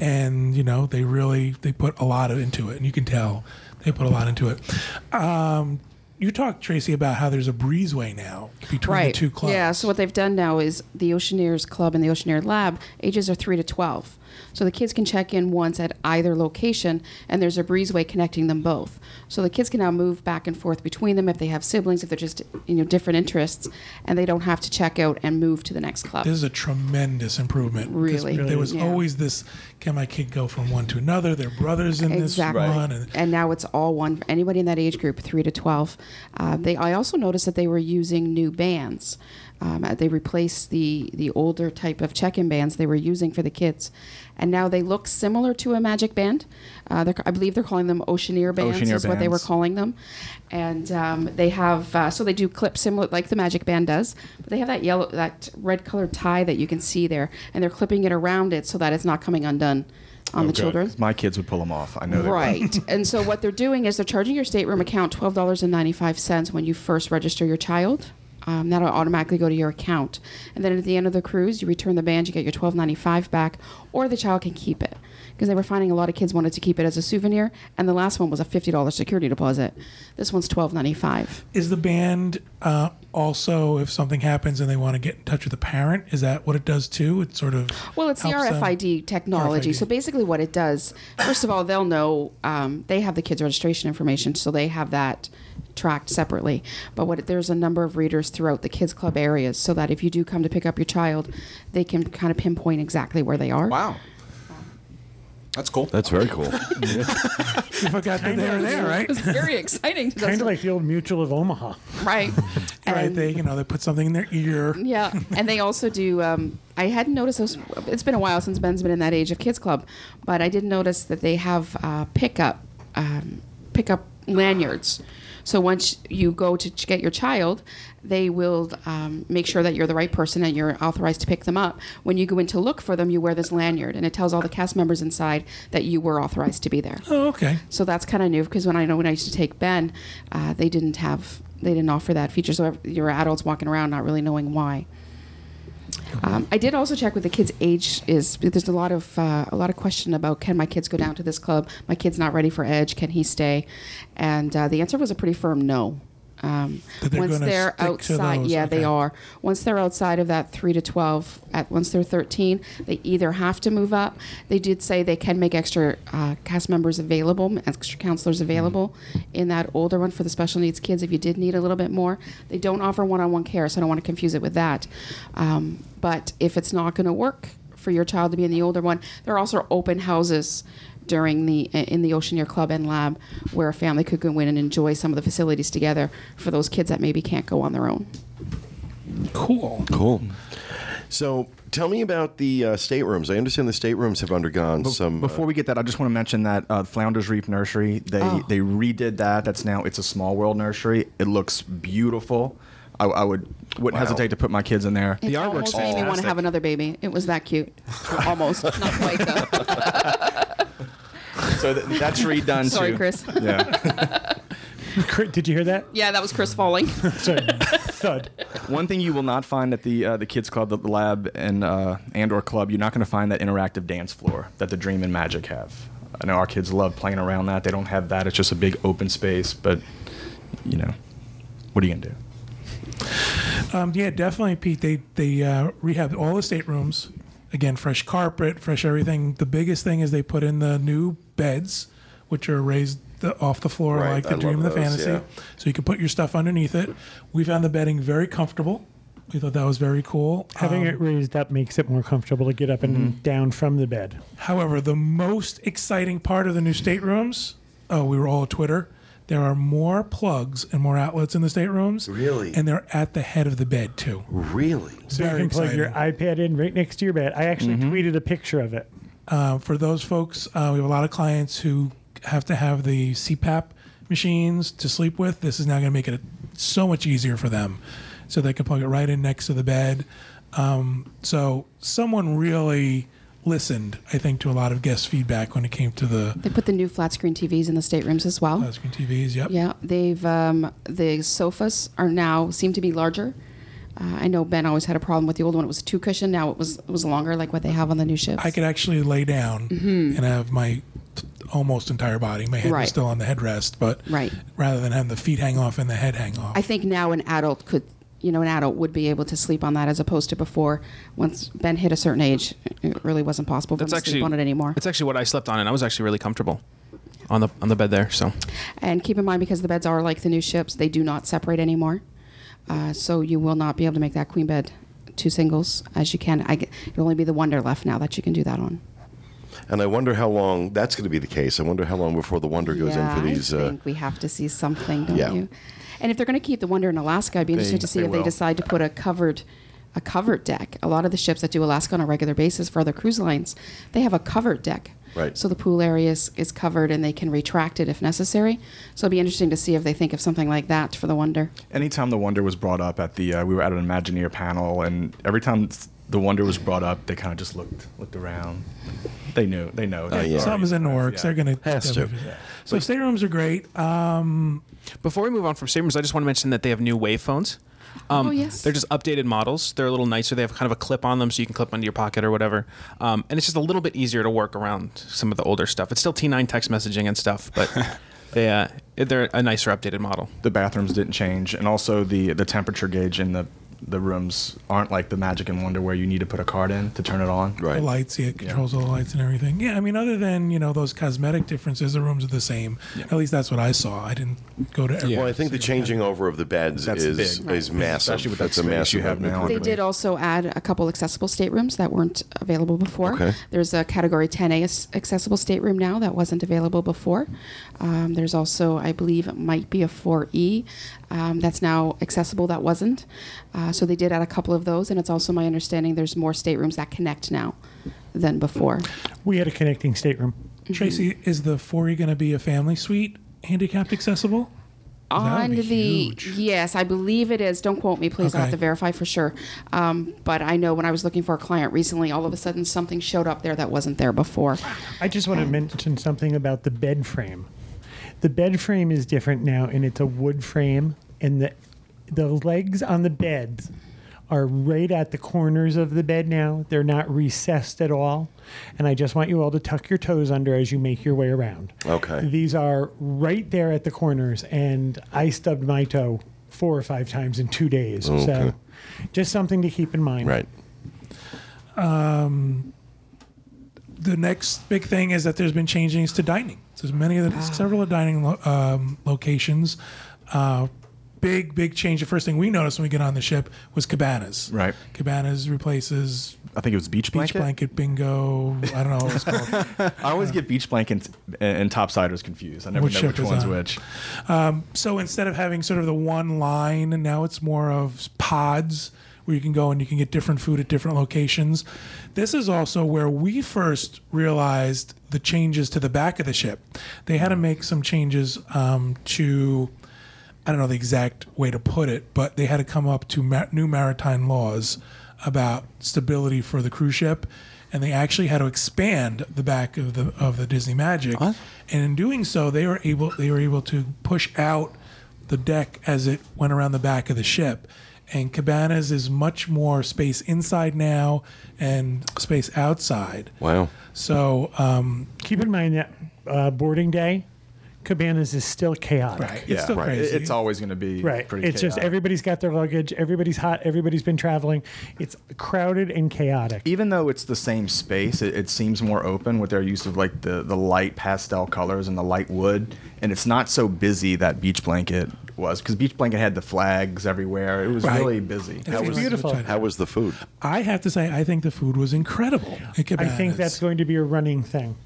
S3: and you know they really they put a lot of, into it and you can tell they put a lot into it um, you talked tracy about how there's a breezeway now between
S6: Right.
S3: the two clubs
S6: Yeah. So what they've done now is the Oceaneers Club and the Oceaneer Lab ages are three to twelve. So the kids can check in once at either location, and there's a breezeway connecting them both. So the kids can now move back and forth between them if they have siblings, if they're just you know different interests, and they don't have to check out and move to the next club.
S3: this is a tremendous improvement 'Cause
S6: Really,
S3: there was
S6: yeah.
S3: always this can my kid go from one to another their brothers in
S6: Exactly.
S3: this one and
S6: And now it's all one for anybody in that age group, three to twelve. Uh, they, I also noticed that they were using new bands. Um, uh, they replaced the the older type of check-in bands they were using for the kids, and now they look similar to a magic band. Uh, they're, I believe they're calling them Oceaneer bands
S5: Oceaneer
S6: is what they were
S5: bands.
S6: calling calling them. And um, they have uh, so they do clips similar like the Magic Band does, but they have that yellow, that red colored tie that you can see there, and they're clipping it around it so that it's not coming undone on the children.
S5: My kids would pull them off. I know. They would.
S6: Right. and so what they're doing is they're charging your stateroom account twelve dollars and ninety five cents when you first register your child. Um, that'll automatically go to your account, and then at the end of the cruise, you return the band, you get your twelve ninety five back, or the child can keep it because they were finding a lot of kids wanted to keep it as a souvenir, and the last one was a fifty dollars security deposit. This one's twelve ninety five.
S3: Is the band uh, also, if something happens and they want to get in touch with the parent, is that what it does too? It sort of
S6: Well, it's the
S3: helps uh, them-
S6: RFID technology.
S3: RFID.
S6: So basically, what it does, first of all, they'll know um, they have the kids' registration information, so they have that tracked separately. But what there's a number of readers throughout the kids' club areas, so that if you do come to pick up your child, they can kind of pinpoint exactly where they are.
S4: Wow. That's cool.
S1: That's very cool.
S3: You forgot that they were there, right?
S6: It's very exciting. to
S2: Kind of like the old Mutual of Omaha.
S6: right.
S3: right.
S6: And-
S3: They, you know, they put something in their ear.
S6: Yeah, and they also do. Um, I hadn't noticed this. It's been a while since Ben's been in that age of kids club, but I did notice that they have uh, pickup um, pickup lanyards. So once you go to ch- get your child, they will um, make sure that you're the right person and you're authorized to pick them up. When you go in to look for them, you wear this lanyard, and it tells all the cast members inside that you were authorized to be there.
S3: Oh, okay.
S6: So that's kind of new because when I know when I used to take Ben, uh, they didn't have they didn't offer that feature. So ev- your adults walking around not really knowing why. Um, I did also check with the kids' age is there's a lot of uh, a lot of question about can my kids go down to this club? My kid's not ready for Edge. Can he stay? And uh, the answer was a pretty firm no. Um,
S3: That they're
S6: once
S3: gonna
S6: they're
S3: stick to
S6: outside,
S3: those,
S6: yeah, they
S3: okay.
S6: are are. Once they're outside of that three to twelve, at once they're thirteen, they either have to move up. They did say they can make extra uh, cast members available, extra counselors available in that older one for the special needs kids. If you did need a little bit more, they don't offer one-on-one care, so I don't want to confuse it with that. Um, but if it's not going to work for your child to be in the older one, there are also open houses during the in the Oceaneer Club and Lab where a family could go in and enjoy some of the facilities together for those kids that maybe can't go on their own.
S3: Cool.
S1: cool. So tell me about the uh, staterooms. I understand the staterooms have undergone some. uh,
S5: Before we get that, I just want to mention that uh, Flounders Reef Nursery they
S6: Oh.
S5: they redid that. That's now it's a small world nursery. It looks beautiful. I, I would wouldn't hesitate to put my kids in there.
S6: It
S5: the artwork's
S6: almost made me want to
S5: fantastic.
S6: have another baby. It was that cute. almost, not quite though.
S5: so th- that's redone
S6: Sorry,
S5: too.
S6: Chris.
S5: Yeah.
S2: Cr- Did you hear that?
S6: Yeah, that was Chris falling.
S2: Sorry. Thud.
S5: One thing you will not find at the uh, the kids club, the lab, and uh, and or club, you're not going to find that interactive dance floor that the Dream and Magic have. I know our kids love playing around that. They don't have that. It's just a big open space. But you know, what are you going to do?
S3: Um, yeah, definitely, Pete. They they uh, rehabbed all the staterooms. Again, fresh carpet, fresh everything. The biggest thing is they put in the new beds, which are raised the, off the floor
S1: Right,
S3: like
S1: I
S3: the
S1: love
S3: dream and the
S1: those,
S3: fantasy.
S1: yeah.
S3: So you can put your stuff underneath it. We found the bedding very comfortable. We thought that was very cool.
S2: Having
S3: Um,
S2: it raised up makes it more comfortable to get up and down from the bed.
S3: However, the most exciting part of the new staterooms, oh, we were all at Twitter. There are more plugs and more outlets in the staterooms.
S1: Really?
S3: And they're at the head of the bed too.
S1: really?
S3: So
S2: You can plug your iPad in right next to your bed. I actually tweeted a picture of it.
S3: Uh, for those folks, uh, we have a lot of clients who have to have the CPAP machines to sleep with. This is now going to make it so much easier for them, so they can plug it right in next to the bed. Um, so someone really listened, I think, to a lot of guest feedback when it came to the
S6: they put the new flat screen TVs in the staterooms as well.
S3: touchscreen TVs. Yep.
S6: Yeah, they've um, the sofas are now seem to be larger. Uh, I know Ben always had a problem with the old one. It was two cushion. Now it was it was longer, like what they have on the new ships.
S3: I could actually lay down and have my almost entire body. My head
S6: Mm-hmm. Right.
S3: was still on the headrest, but
S6: Right.
S3: rather than having the feet hang off and the head hang off.
S6: I think now an adult could, you know, an adult would be able to sleep on that as opposed to before. Once Ben hit a certain age, it really wasn't possible for
S8: That's
S6: him to
S8: actually
S6: sleep on it anymore.
S8: It's actually what I slept on, and I was actually really comfortable on the on the bed there. So
S6: And keep in mind, because the beds are like the new ships, they do not separate anymore. Uh, so you will not be able to make that queen bed two singles as you can. I, g- it'll only be the wonder left now that you can do that on.
S1: And I wonder how long that's going to be the case. I wonder how long before the wonder goes
S6: yeah,
S1: in for these.
S6: I
S1: uh,
S6: think we have to see something, don't
S1: Yeah.
S6: you? And if they're going to keep the Wonder in Alaska, I'd be interested to see
S5: they
S6: if
S5: will.
S6: they decide to put a covered a covered deck. A lot of the ships that do Alaska on a regular basis for other cruise lines, they have a covered deck.
S1: Right.
S6: So the pool area is, is covered and they can retract it if necessary. So it'd be interesting to see if they think of something like that for the Wonder.
S5: anytime the wonder was brought up at the uh, we were at an imagineer panel and every time the wonder was brought up they kind of just looked looked around they knew they know They-
S1: Oh, yeah.
S3: Something's in the works. They're going to.
S1: Has to.
S3: So staterooms are great. Uh,
S8: Before we move on from staterooms, I just want to mention that they have new wave phones. Um,
S6: Oh, yes.
S8: They're just updated models. They're a little nicer. They have kind of a clip on them so you can clip onto your pocket or whatever. Um, and it's just a little bit easier to work around some of the older stuff. It's still T9 text messaging and stuff, but they, uh, they're a nicer updated model.
S5: the bathrooms didn't change and also the the temperature gauge in the the rooms aren't like the magic and wonder where you need to put a card in to turn it on
S1: right.
S3: The lights, yeah, it controls all the lights and everything. Yeah, I mean, other than you know those cosmetic differences, the rooms are the same. At least that's what I saw. I didn't go to. every
S1: Well, I think the changing over of the beds
S5: That's
S1: is
S5: big.
S1: is massive.
S5: Especially with that
S1: That's a
S5: space you
S1: massive
S5: have now.
S6: They did also add a couple accessible staterooms that weren't available before.
S1: Okay.
S6: There's a category 10A s- accessible stateroom now that wasn't available before. Um, there's also, I believe, it might be a 4E um, that's now accessible that wasn't. Uh, so they did add a couple of those, and it's also my understanding there's more staterooms that connect now than before.
S2: We had a connecting stateroom.
S1: Mm-hmm.
S3: Tracy, is the Forey going to be a family suite, handicapped accessible? That would
S6: on
S3: be
S6: the
S3: huge.
S6: yes i believe it is don't quote me please i'll
S3: Okay.
S6: have to verify for sure um, but i know when i was looking for a client recently all of a sudden something showed up there that wasn't there before
S2: I just want to mention something about the bed frame. The bed frame is different now, and it's a wood frame, and the the legs on the beds are right at the corners of the bed now. They're not recessed at all, and I just want you all to tuck your toes under as you make your way around.
S1: Okay.
S2: These are right there at the corners, and I stubbed my toe four or five times in two days.
S1: Okay.
S2: So, just something to keep in mind.
S1: Right.
S3: The next big thing is that there's been changes to dining. So there's many
S1: Ah.
S3: of the several of dining lo- um, locations. Uh, big big change. The first thing we noticed when we get on the ship was cabanas.
S5: Right.
S3: Cabanas replaces
S5: i think it was beach
S3: beach
S5: blanket,
S3: blanket bingo. I don't know what it's called.
S5: i always get beach blanket and, and topsiders confused i never
S3: Which
S5: know
S3: ship
S5: which
S3: is
S5: one's
S3: on?
S5: which
S3: Um, So instead of having sort of the one line, and now it's more of pods where you can go and you can get different food at different locations. This is also where we first realized the changes to the back of the ship. They had to make some changes um, to, I don't know the exact way to put it, but they had to come up to ma- new maritime laws about stability for the cruise ship. And they actually had to expand the back of the of the Disney Magic and in doing so, they were able they were able to push out the deck as it went around the back of the ship. And cabanas is much more space inside now and space outside.
S1: Wow.
S3: So um,
S2: Keep in mind that uh, boarding day, Cabanas is still chaotic.
S3: it's still
S5: right. It-
S3: crazy.
S5: it's always going to be
S2: Right.
S5: pretty
S2: it's just
S5: chaotic.
S2: everybody's got their luggage. Everybody's hot. Everybody's been traveling. It's crowded and chaotic.
S5: even though it's the same space, it, it seems more open with their use of like the, the light pastel colors and the light wood, and it's not so busy that Beach Blanket was because Beach Blanket had the flags everywhere. It was
S3: Right.
S5: really busy.
S3: It's
S2: was- beautiful.
S1: How was the food?
S3: I have to say, I think the food was incredible. At
S2: I
S3: cabanas.
S2: think that's going to be a running thing.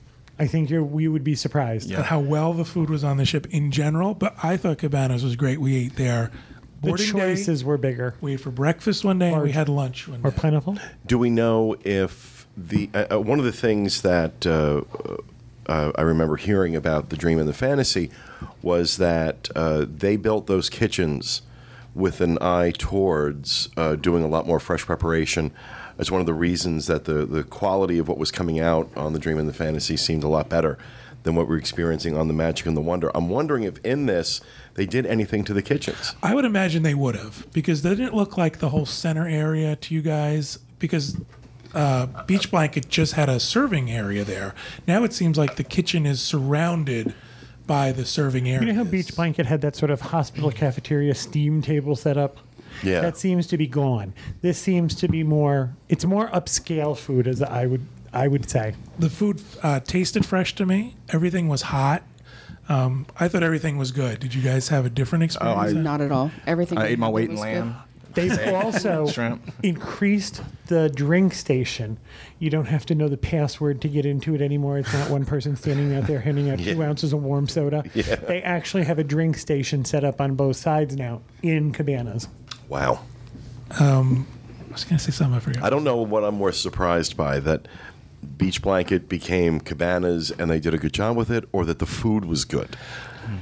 S2: I think you're, we would be surprised.
S3: at how well the food was on the ship in general. But I thought cabanas was great. We ate there.
S2: The
S3: Boarding
S2: choices
S3: Day,
S2: were bigger
S3: we ate for breakfast one day, and we
S2: Large.
S3: had lunch one
S2: or
S3: day.
S2: plentiful.
S1: Do we know if the uh, uh, one of the things that uh, uh, I remember hearing about the dream and the fantasy was that uh, they built those kitchens with an eye towards uh, doing a lot more fresh preparation. It's one of the reasons that the the quality of what was coming out on the dream and the fantasy seemed a lot better than what we're experiencing on the magic and the wonder. I'm wondering if in this they did anything to the kitchens.
S3: I would imagine they would have because they didn't look like the whole center area to you guys because uh, Beach Blanket just had a serving area there. Now it seems like the kitchen is surrounded by the serving area.
S2: You know how Beach Blanket had that sort of hospital cafeteria steam table set up?
S1: Yeah.
S2: That seems to be gone. This seems to be more. It's more upscale food, as I would I would say.
S3: the food uh, tasted fresh to me. Everything was hot. Um, I thought everything was good. Did you guys have a different experience?
S6: not at all everything
S5: I ate my
S6: was
S5: weight in
S6: good.
S5: lamb.
S2: They've also
S5: Shrimp.
S2: increased the drink station. You don't have to know the password to get into it anymore. It's not one person standing out there handing out two ounces of warm soda. They actually have a drink station set up on both sides now in cabanas.
S1: Wow.
S3: I was going to say something I forgot.
S1: I don't know what I'm more surprised by that Beach Blanket became cabanas and they did a good job with it, or that the food was good.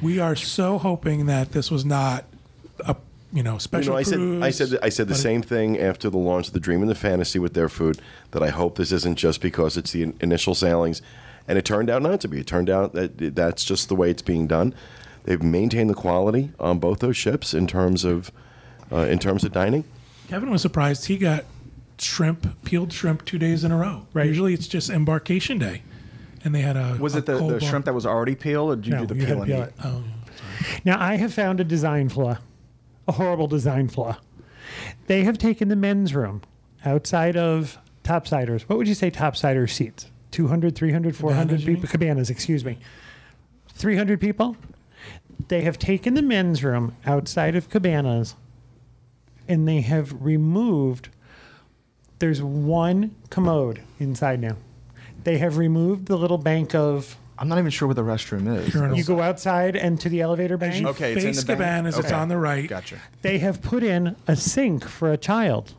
S3: we are so hoping that this was not a you know
S1: You
S3: special.
S1: know, I said I
S3: cruise.
S1: said I said the
S3: but it-
S1: same thing after the launch of the Dream and the Fantasy with their food. That I hope this isn't just because it's the in- initial sailings, and it turned out not to be. It turned out that that's just the way it's being done. They've maintained the quality on both those ships in terms of uh, in terms of dining.
S3: Kevin was surprised he got shrimp, peeled shrimp, two days in a row. Right. Usually it's just embarkation day, and they had a
S5: Was
S3: a
S5: it the,
S3: cold
S5: the
S3: bar-
S5: shrimp that was already peeled, or did you
S3: No,
S5: do the E?
S3: you had
S5: peel
S3: to
S5: and
S3: peel
S5: eat?
S3: it. Oh.
S2: Now, I have found a design flaw, a horrible design flaw. They have taken the men's room outside of topsiders. What would you say topsider seats? 200, 300, 400
S3: Cabanas, you
S2: people? Cabanas, excuse me. 300 people? They have taken the men's room outside of cabanas and they have removed. There's one commode inside now. They have removed the little bank of.
S5: I'm not even sure where the restroom is.
S3: Urinals.
S2: You go outside and to the elevator bank.
S3: you
S5: Okay, it's in
S3: Face
S5: the bank.
S3: Cabanas, it's
S5: Okay.
S3: on the right.
S5: Gotcha.
S2: they have put in a sink for a child.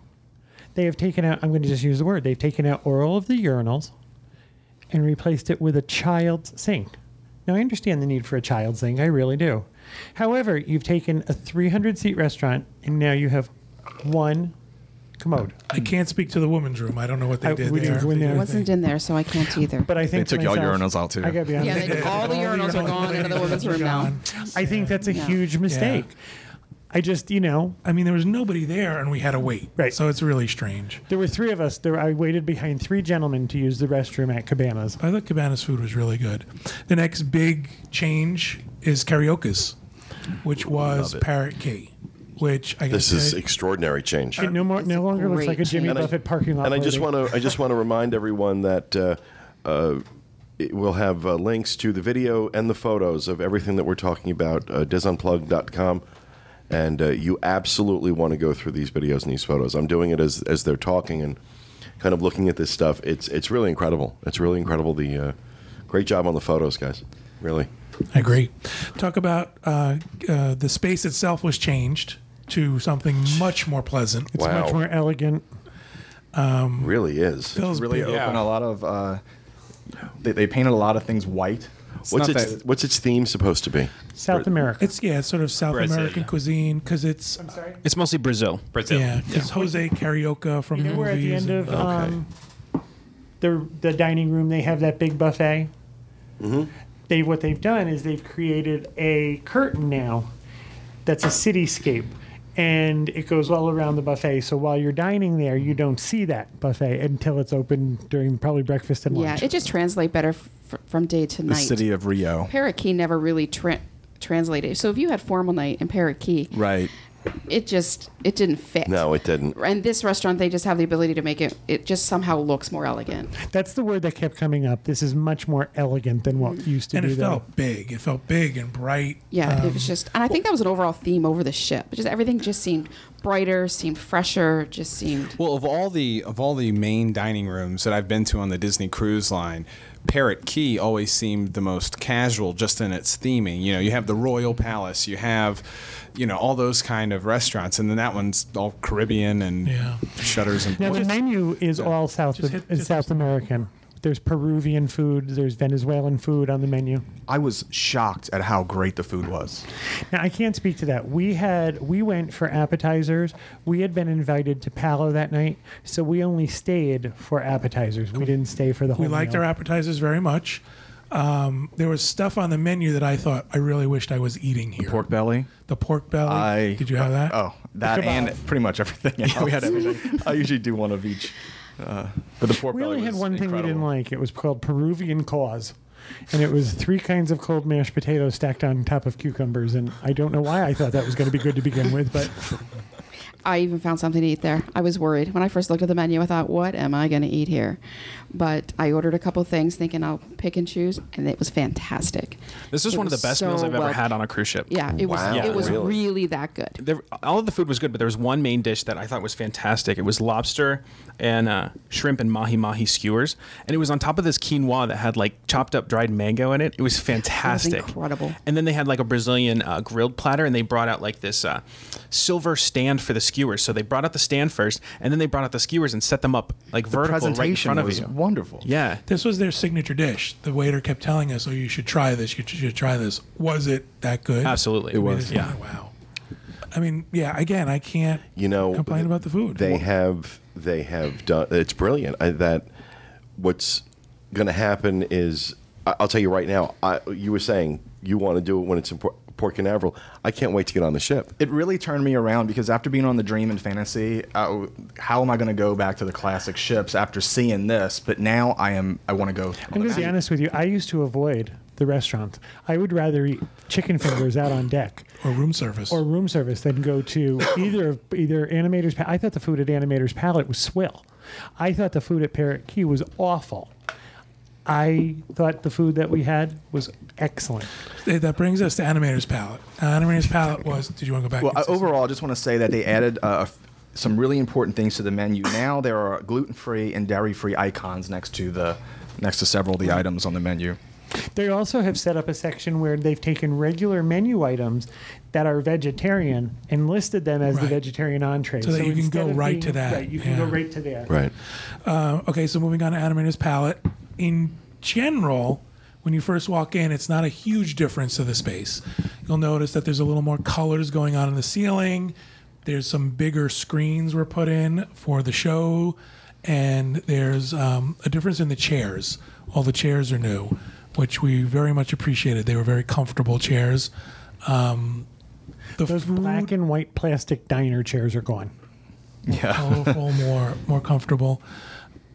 S2: They have taken out, I'm going to just use the word, they've taken out all of the urinals and replaced it with a child's sink. Now, I understand the need for a child's sink, I really do. However, you've taken a 300 seat restaurant and now you have one commode.
S3: I can't speak to the women's room. I don't know what they
S2: I-
S3: did
S2: we didn't
S3: there.
S2: go in
S3: They
S2: there. I
S3: did
S6: wasn't
S3: anything.
S6: in there, so I can't either.
S2: But I think
S5: They took
S2: to
S5: y'all
S2: myself-
S5: urinals out, too.
S2: I gotta be honest.
S6: yeah, they, all the urinals are gone into the women's room now.
S3: Gone.
S2: I think that's a
S6: Yeah.
S2: huge mistake. I just, you know,
S3: I mean, there was nobody there, and we had to wait.
S2: Right.
S3: So it's really strange.
S2: there were three of us. There, I waited behind three gentlemen to use the restroom at Cabanas.
S3: I thought Cabana's food was really good. The next big change is karaoke's, which was Parrot Key, which I
S1: This
S3: gotta
S1: is
S3: say-
S1: extraordinary change.
S2: It no more,
S6: It's a
S2: no longer looks like a
S6: great
S2: Jimmy
S6: change.
S1: And I-
S2: Buffett parking lot.
S1: And I just
S2: loading.
S1: want to I just want to remind everyone that uh, uh, it- we'll have uh, links to the video and the photos of everything that we're talking about. Uh, disunplug.com. And uh, you absolutely want to go through these videos and these photos. I'm doing it as as they're talking and kind of looking at this stuff. It's it's really incredible. It's really incredible. The uh, great job on the photos, guys. Really.
S3: I agree. Talk about uh, uh, the space itself was changed to something much more pleasant.
S2: It's much more elegant.
S1: really is.
S3: Phil's
S5: really
S3: big-
S5: open a lot of. Uh, they, they painted a lot of things white. It's
S1: What's
S5: not
S1: its
S5: that-
S1: what's its theme supposed to be?
S2: South America.
S3: It's yeah, it's sort of South
S7: Brazil.
S3: American cuisine because it's
S8: It's mostly Brazil.
S7: Brazil.
S3: yeah, because Jose Carioca from the
S2: You know, we're at the end
S3: movies. and-
S2: of um, the the dining room. They have that big buffet.
S1: Mm-hmm.
S2: They what they've done is they've created a curtain now that's a cityscape, and it goes all around the buffet. So while you're dining there, you don't see that buffet until it's open during probably breakfast and
S6: Yeah,
S2: lunch.
S6: it just translates better f- from day to
S5: the
S6: night.
S5: city of Rio.
S6: Parakeet never really tra- translated. So if you had formal night in Parakeet,
S5: Right.
S6: it just it didn't fit.
S1: No, it didn't.
S6: And this restaurant, they just have the ability to make it. It just somehow looks more elegant.
S2: That's the word that kept coming up. This is much more elegant than what used to
S3: and
S2: be
S3: it
S2: there.
S3: felt big. It felt big and bright.
S6: Yeah, it was
S1: Um,
S6: just, and I think that was an overall theme over the ship. Just everything just seemed brighter, seemed fresher, just seemed.
S4: Well, of all the of all the main dining rooms that I've been to on the Disney Cruise Line, Parrot Key always seemed the most casual, just in its theming. You know, you have the Royal Palace, you have, you know, all those kind of restaurants, and then that one's all Caribbean and
S3: Yeah.
S4: shutters and.
S2: Now the menu is all South
S3: just hit-
S2: is
S3: just-
S2: South American. There's Peruvian food. There's Venezuelan food on the menu.
S5: I was shocked at how great the food was.
S2: Now I can't speak to that. We had we went for appetizers. We had been invited to Palo that night, so we only stayed for appetizers. We didn't stay for the whole.
S3: We liked
S2: meal.
S3: our appetizers very much. Um, there was stuff on the menu that I thought I really wished I was eating here.
S5: Pork belly.
S3: The pork belly.
S5: I
S3: Did you have that?
S5: Oh, that and pretty much everything. Yeah, we had everything. I usually do one of each. Uh, but the pork
S2: We
S5: belly
S2: only had
S5: was
S2: one thing we didn't
S5: incredible.
S2: like. It was called Peruvian claws. And it was three kinds of cold mashed potatoes stacked on top of cucumbers. And I don't know why I thought that was going to be good to begin with, but
S6: I even found something to eat there. I was worried when I first looked at the menu. I thought, "What am I going to eat here?" But I ordered a couple things, thinking I'll pick and choose, and it was fantastic.
S8: This is
S6: It
S8: one of the
S6: was
S8: best meals
S6: so
S8: I've ever
S6: well-
S8: had on a cruise ship.
S6: Yeah, it was.
S1: Wow,
S6: it was
S1: really?
S6: really? that good.
S8: There, all of the food was good, but there was one main dish that I thought was fantastic. It was lobster and uh, shrimp and mahi mahi skewers, and it was on top of this quinoa that had like chopped up dried mango in it. It was fantastic,
S6: incredible.
S8: And then they had like a Brazilian uh, grilled platter, and they brought out like this uh, silver stand for the skewers. So they brought out the stand first, and then they brought out the skewers and set them up like
S5: The
S8: vertical right in
S5: presentation
S8: front of
S5: was
S8: you.
S5: wonderful.
S8: Yeah,
S3: This was their signature dish. The waiter kept telling us, "Oh, you should try this. You should try this." Was it that good?
S8: absolutely. It
S3: I mean, it's
S8: Yeah.
S3: like, Wow. I mean, yeah. Again, I can't.
S1: you know
S3: complain about the food.
S1: they have they have done it's brilliant I, that what's going to happen is I, i'll tell you right now I, you were saying you want to do it when it's in Port, Port Canaveral i can't wait to get on the ship
S5: It really turned me around because after being on the Dream and Fantasy, uh, how am I going to go back to the classic ships after seeing this? But now I am. I want to go.
S2: I'm going to be honest with you. I used to avoid the restaurant. I would rather eat chicken fingers out on deck
S3: Or room service.
S2: or room service than go to either of- either Animator's. Pa- I thought the food at Animator's Palette was swill. I thought the food at Parrot Key was awful. I thought the food that we had was excellent.
S3: Th- that brings us to Animator's Palette. Now, Animator's Palette was. Did you want to go back?
S5: Well, I,
S3: and say something?
S5: overall, I just want to say that they added uh, f- some really important things to the menu. Now there are gluten-free and dairy-free icons next to the next to several of the items on the menu.
S2: They also have set up a section where they've taken regular menu items that are vegetarian and listed them as the
S3: Right.
S2: vegetarian entree.
S3: So that you can
S2: instead
S3: go
S2: of
S3: right to that,
S2: Right, you can go
S3: yeah.
S2: right to there.
S1: right
S3: Uh, okay, so moving on to Animator's Palette. In general, when you first walk in, it's not a huge difference to the space. You'll notice that there's a little more colors going on in the ceiling. There's some bigger screens were put in for the show, and there's um, a difference in the chairs. All the chairs are new, which we very much appreciated. They were very comfortable chairs. Um, the
S2: Those black and white plastic diner chairs are gone.
S3: colorful, more more comfortable.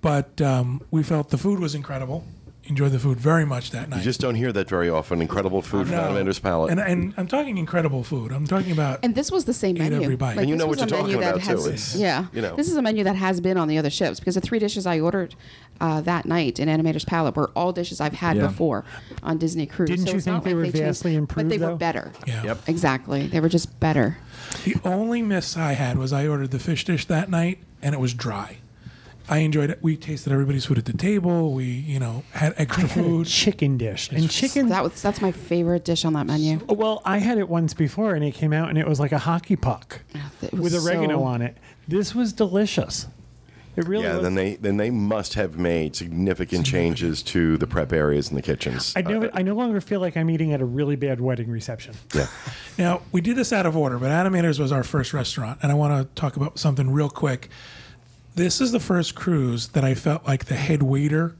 S3: But um, we felt the food was incredible. Enjoyed the food very much that night.
S1: you just don't hear that very often incredible food from
S3: No.
S1: animator's palette
S3: and, and I'm talking incredible food. I'm talking about
S6: And this was the same
S3: Ate
S6: menu.
S3: every bite. And
S1: you know
S6: this
S1: what
S6: was
S1: you're
S6: a menu
S1: talking
S6: that
S1: about, too.
S6: has-
S1: It's-
S6: yeah,
S1: you know.
S6: this is a menu that has been on the other ships because the three dishes I ordered uh, that night in Animator's Palette were all dishes I've had
S5: Yeah.
S6: before on Disney Cruise.
S2: Didn't you
S6: it's not
S2: think they were
S6: changed,
S2: vastly improved,
S6: But they
S2: though?
S6: were better.
S3: yeah.
S5: Yep.
S6: Exactly, they were just better.
S3: The only miss I had was I ordered the fish dish that night and it was dry. I enjoyed it. We tasted everybody's food at the table. We, you know, had extra food.
S2: Chicken dish and chicken.
S6: That was that's my favorite dish on that menu.
S2: well, I had it once before, and it came out, and it was like a hockey puck
S1: Oh,
S6: It was
S2: with oregano
S6: so-
S2: on it. This was delicious. It really.
S1: yeah
S2: was.
S1: then they then they must have made significant changes to the prep areas in the kitchens
S2: I know. I no longer feel like I'm eating at a really bad wedding reception.
S1: yeah
S3: Now, we did this out of order, but Animators was our first restaurant, and I want to talk about something real quick. This is the first cruise that I felt like the head waiter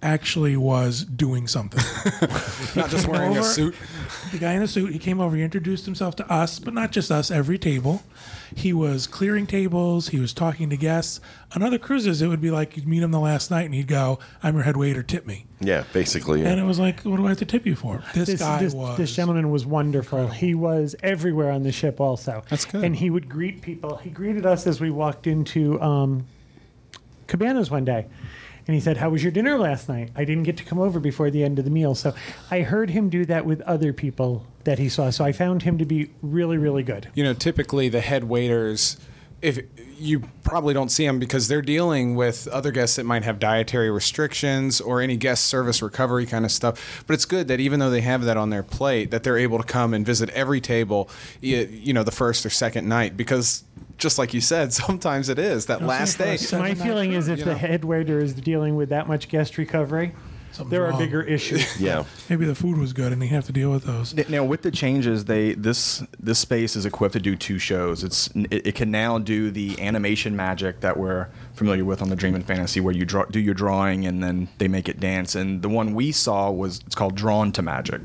S3: actually was doing something.
S4: Not just wearing a
S3: over.
S4: suit.
S3: the guy in a suit, he came over, he introduced himself to us, but not just us, every table. He was clearing tables, he was talking to guests. On other cruises, it would be like you'd meet him the last night and he'd go, I'm your head waiter, tip me.
S1: yeah basically yeah.
S3: And it was like, what do I have to tip you for? This,
S2: This,
S3: guy
S2: this,
S3: was.
S2: this gentleman was wonderful. He was everywhere on the ship, also.
S4: That's good.
S2: And he would greet people. He greeted us as we walked into um, Cabanas one day. And he said, How was your dinner last night? I didn't get to come over before the end of the meal. So I heard him do that with other people that he saw. So I found him to be really, really good.
S4: you know, typically the head waiters, if you probably don't see them because they're dealing with other guests that might have dietary restrictions or any guest service recovery kind of stuff. But it's good that even though they have that on their plate, that they're able to come and visit every table, y- you know, the first or second night because. Just like you said, sometimes it is that last
S3: for a
S4: day.
S3: second.
S2: My
S3: Doesn't
S2: feeling is if the
S4: know.
S2: head waiter is dealing with that much guest recovery,
S3: Something's
S2: there are
S3: wrong.
S2: bigger issues.
S1: yeah
S3: Maybe the food was good and he'd have to deal with those.
S5: Th- Now with the changes, they this this space is equipped to do two shows. It's it, it can now do the animation magic that we're familiar with on the Dream and Fantasy, where you draw, do your drawing and then they make it dance. And the one we saw was it's called Drawn to Magic.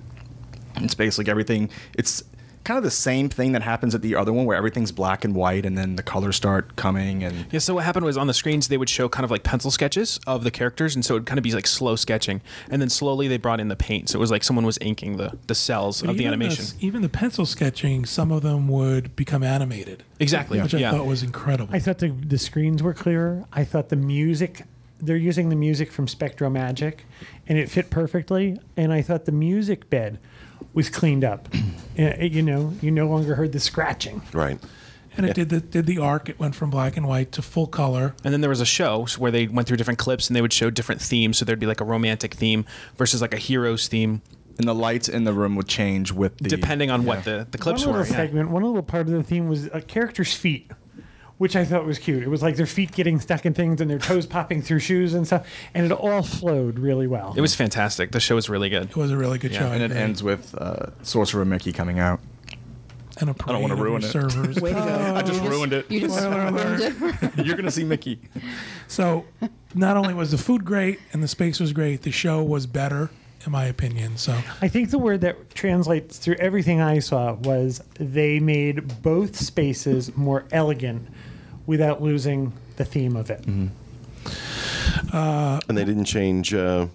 S5: It's basically everything. It's kind of the same thing that happens at the other one where everything's black and white and then the colors start coming and
S8: Yeah, so what happened was on the screens they would show kind of like pencil sketches of the characters, and so it would kind of be like slow sketching, and then slowly they brought in the paint, so it was like someone was inking the the cells
S3: But
S8: of the
S3: even
S8: animation.
S3: s- even the pencil sketching, some of them would become animated,
S8: Exactly.
S3: which
S8: Yeah.
S3: I thought was incredible.
S2: I thought the, the screens were clearer. I thought the music, they're using the music from Spectro Magic, and it fit perfectly. And I thought the music bed was cleaned up. Yeah, it- you know, you no longer heard the scratching.
S1: Right.
S3: and it did the did the arc. It went from black and white to full color.
S8: And then there was a show where they went through different clips and they would show different themes. So there'd be like a romantic theme versus like a hero's theme,
S5: and the lights in the room would change with the
S8: depending on what the, the clips
S2: one
S8: were.
S2: little
S8: yeah.
S2: segment, one little part of the theme was a character's feet, which I thought was cute. It was like their feet getting stuck in things and their toes popping through shoes and stuff, and it all flowed really well.
S8: It was fantastic. The show was really good.
S3: It was a really good show.
S5: and it
S3: I agree.
S5: ends with uh, sorcerer mickey coming out
S3: And a parade
S5: wanna
S3: of
S5: ruin
S3: your
S5: it.
S3: servers. Oh,
S5: i just ruined it
S6: You just ruined it.
S5: you're gonna see mickey
S3: so, not only was the food great and the space was great, the show was better, in my opinion. So,
S2: I think the word that translates through everything I saw was they made both spaces more elegant without losing the theme of it.
S3: Mm-hmm.
S1: And they didn't change uh,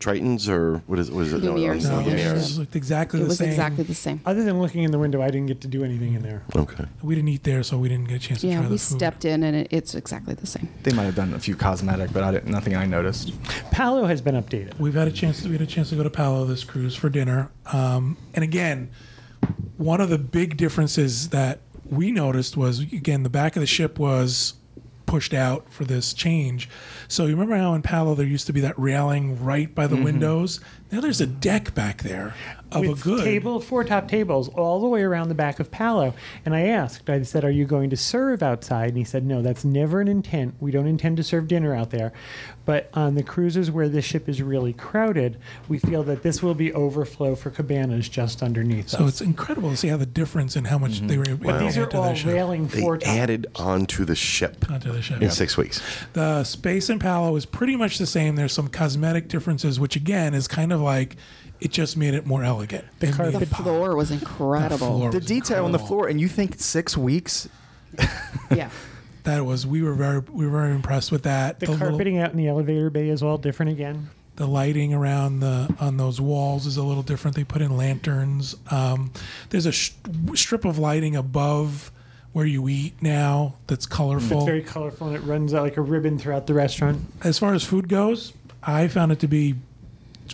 S1: Tritons or what is what is it?
S6: Lumineers.
S1: No,
S3: no,
S1: no,
S3: uh, it
S6: Lumineers.
S3: was looked exactly
S6: It
S3: the
S6: was
S3: same.
S6: exactly the same.
S2: Other than looking in the window, I didn't get to do anything in there.
S1: Okay.
S3: We didn't eat there, so we didn't get a chance to try
S6: Yeah,
S3: the
S6: we
S3: food.
S6: stepped in and it, it's exactly the same.
S5: they might have done a few cosmetic but I didn't, nothing i noticed
S2: Palo has been updated.
S3: We've had a chance. We had a chance to go to Palo this cruise for dinner. Um, and again, one of the big differences that we noticed was again the back of the ship was pushed out for this change. So you remember how in Palo there used to be that railing right by the windows. Now there's a deck back there of
S2: Mm-hmm. With
S3: a Oh, good
S2: table, four top tables, all the way around the back of Palo. And I asked, I said, Are you going to serve outside? And he said, No, that's never an intent. We don't intend to serve dinner out there. But on the cruises where this ship is really crowded, we feel that this will be overflow for cabanas just underneath
S3: So
S2: us.
S3: it's incredible to see how the difference in how much they were able
S2: Mm-hmm. These
S3: to
S2: are
S3: add to
S2: all
S3: the ship.
S2: railing
S1: They
S2: four Uh, top.
S1: added onto the ship
S3: Onto the ship.
S1: in six weeks.
S3: The space in Palo is pretty much the same. There's some cosmetic differences, which again is kind of like it just made it more elegant. The
S2: carpet
S6: The floor was incredible.
S5: the detail on the floor and you think six weeks
S6: Yeah.
S3: That was we were very we were very impressed with that.
S2: The
S3: little-
S2: carpeting out in the elevator bay is all different again.
S3: the lighting around the on those walls is a little different. They put in lanterns. Um, there's a sh- strip of lighting above where you eat now that's colorful.
S2: It's very colorful and it runs out like a ribbon throughout the restaurant.
S3: as far as food goes, I found it to be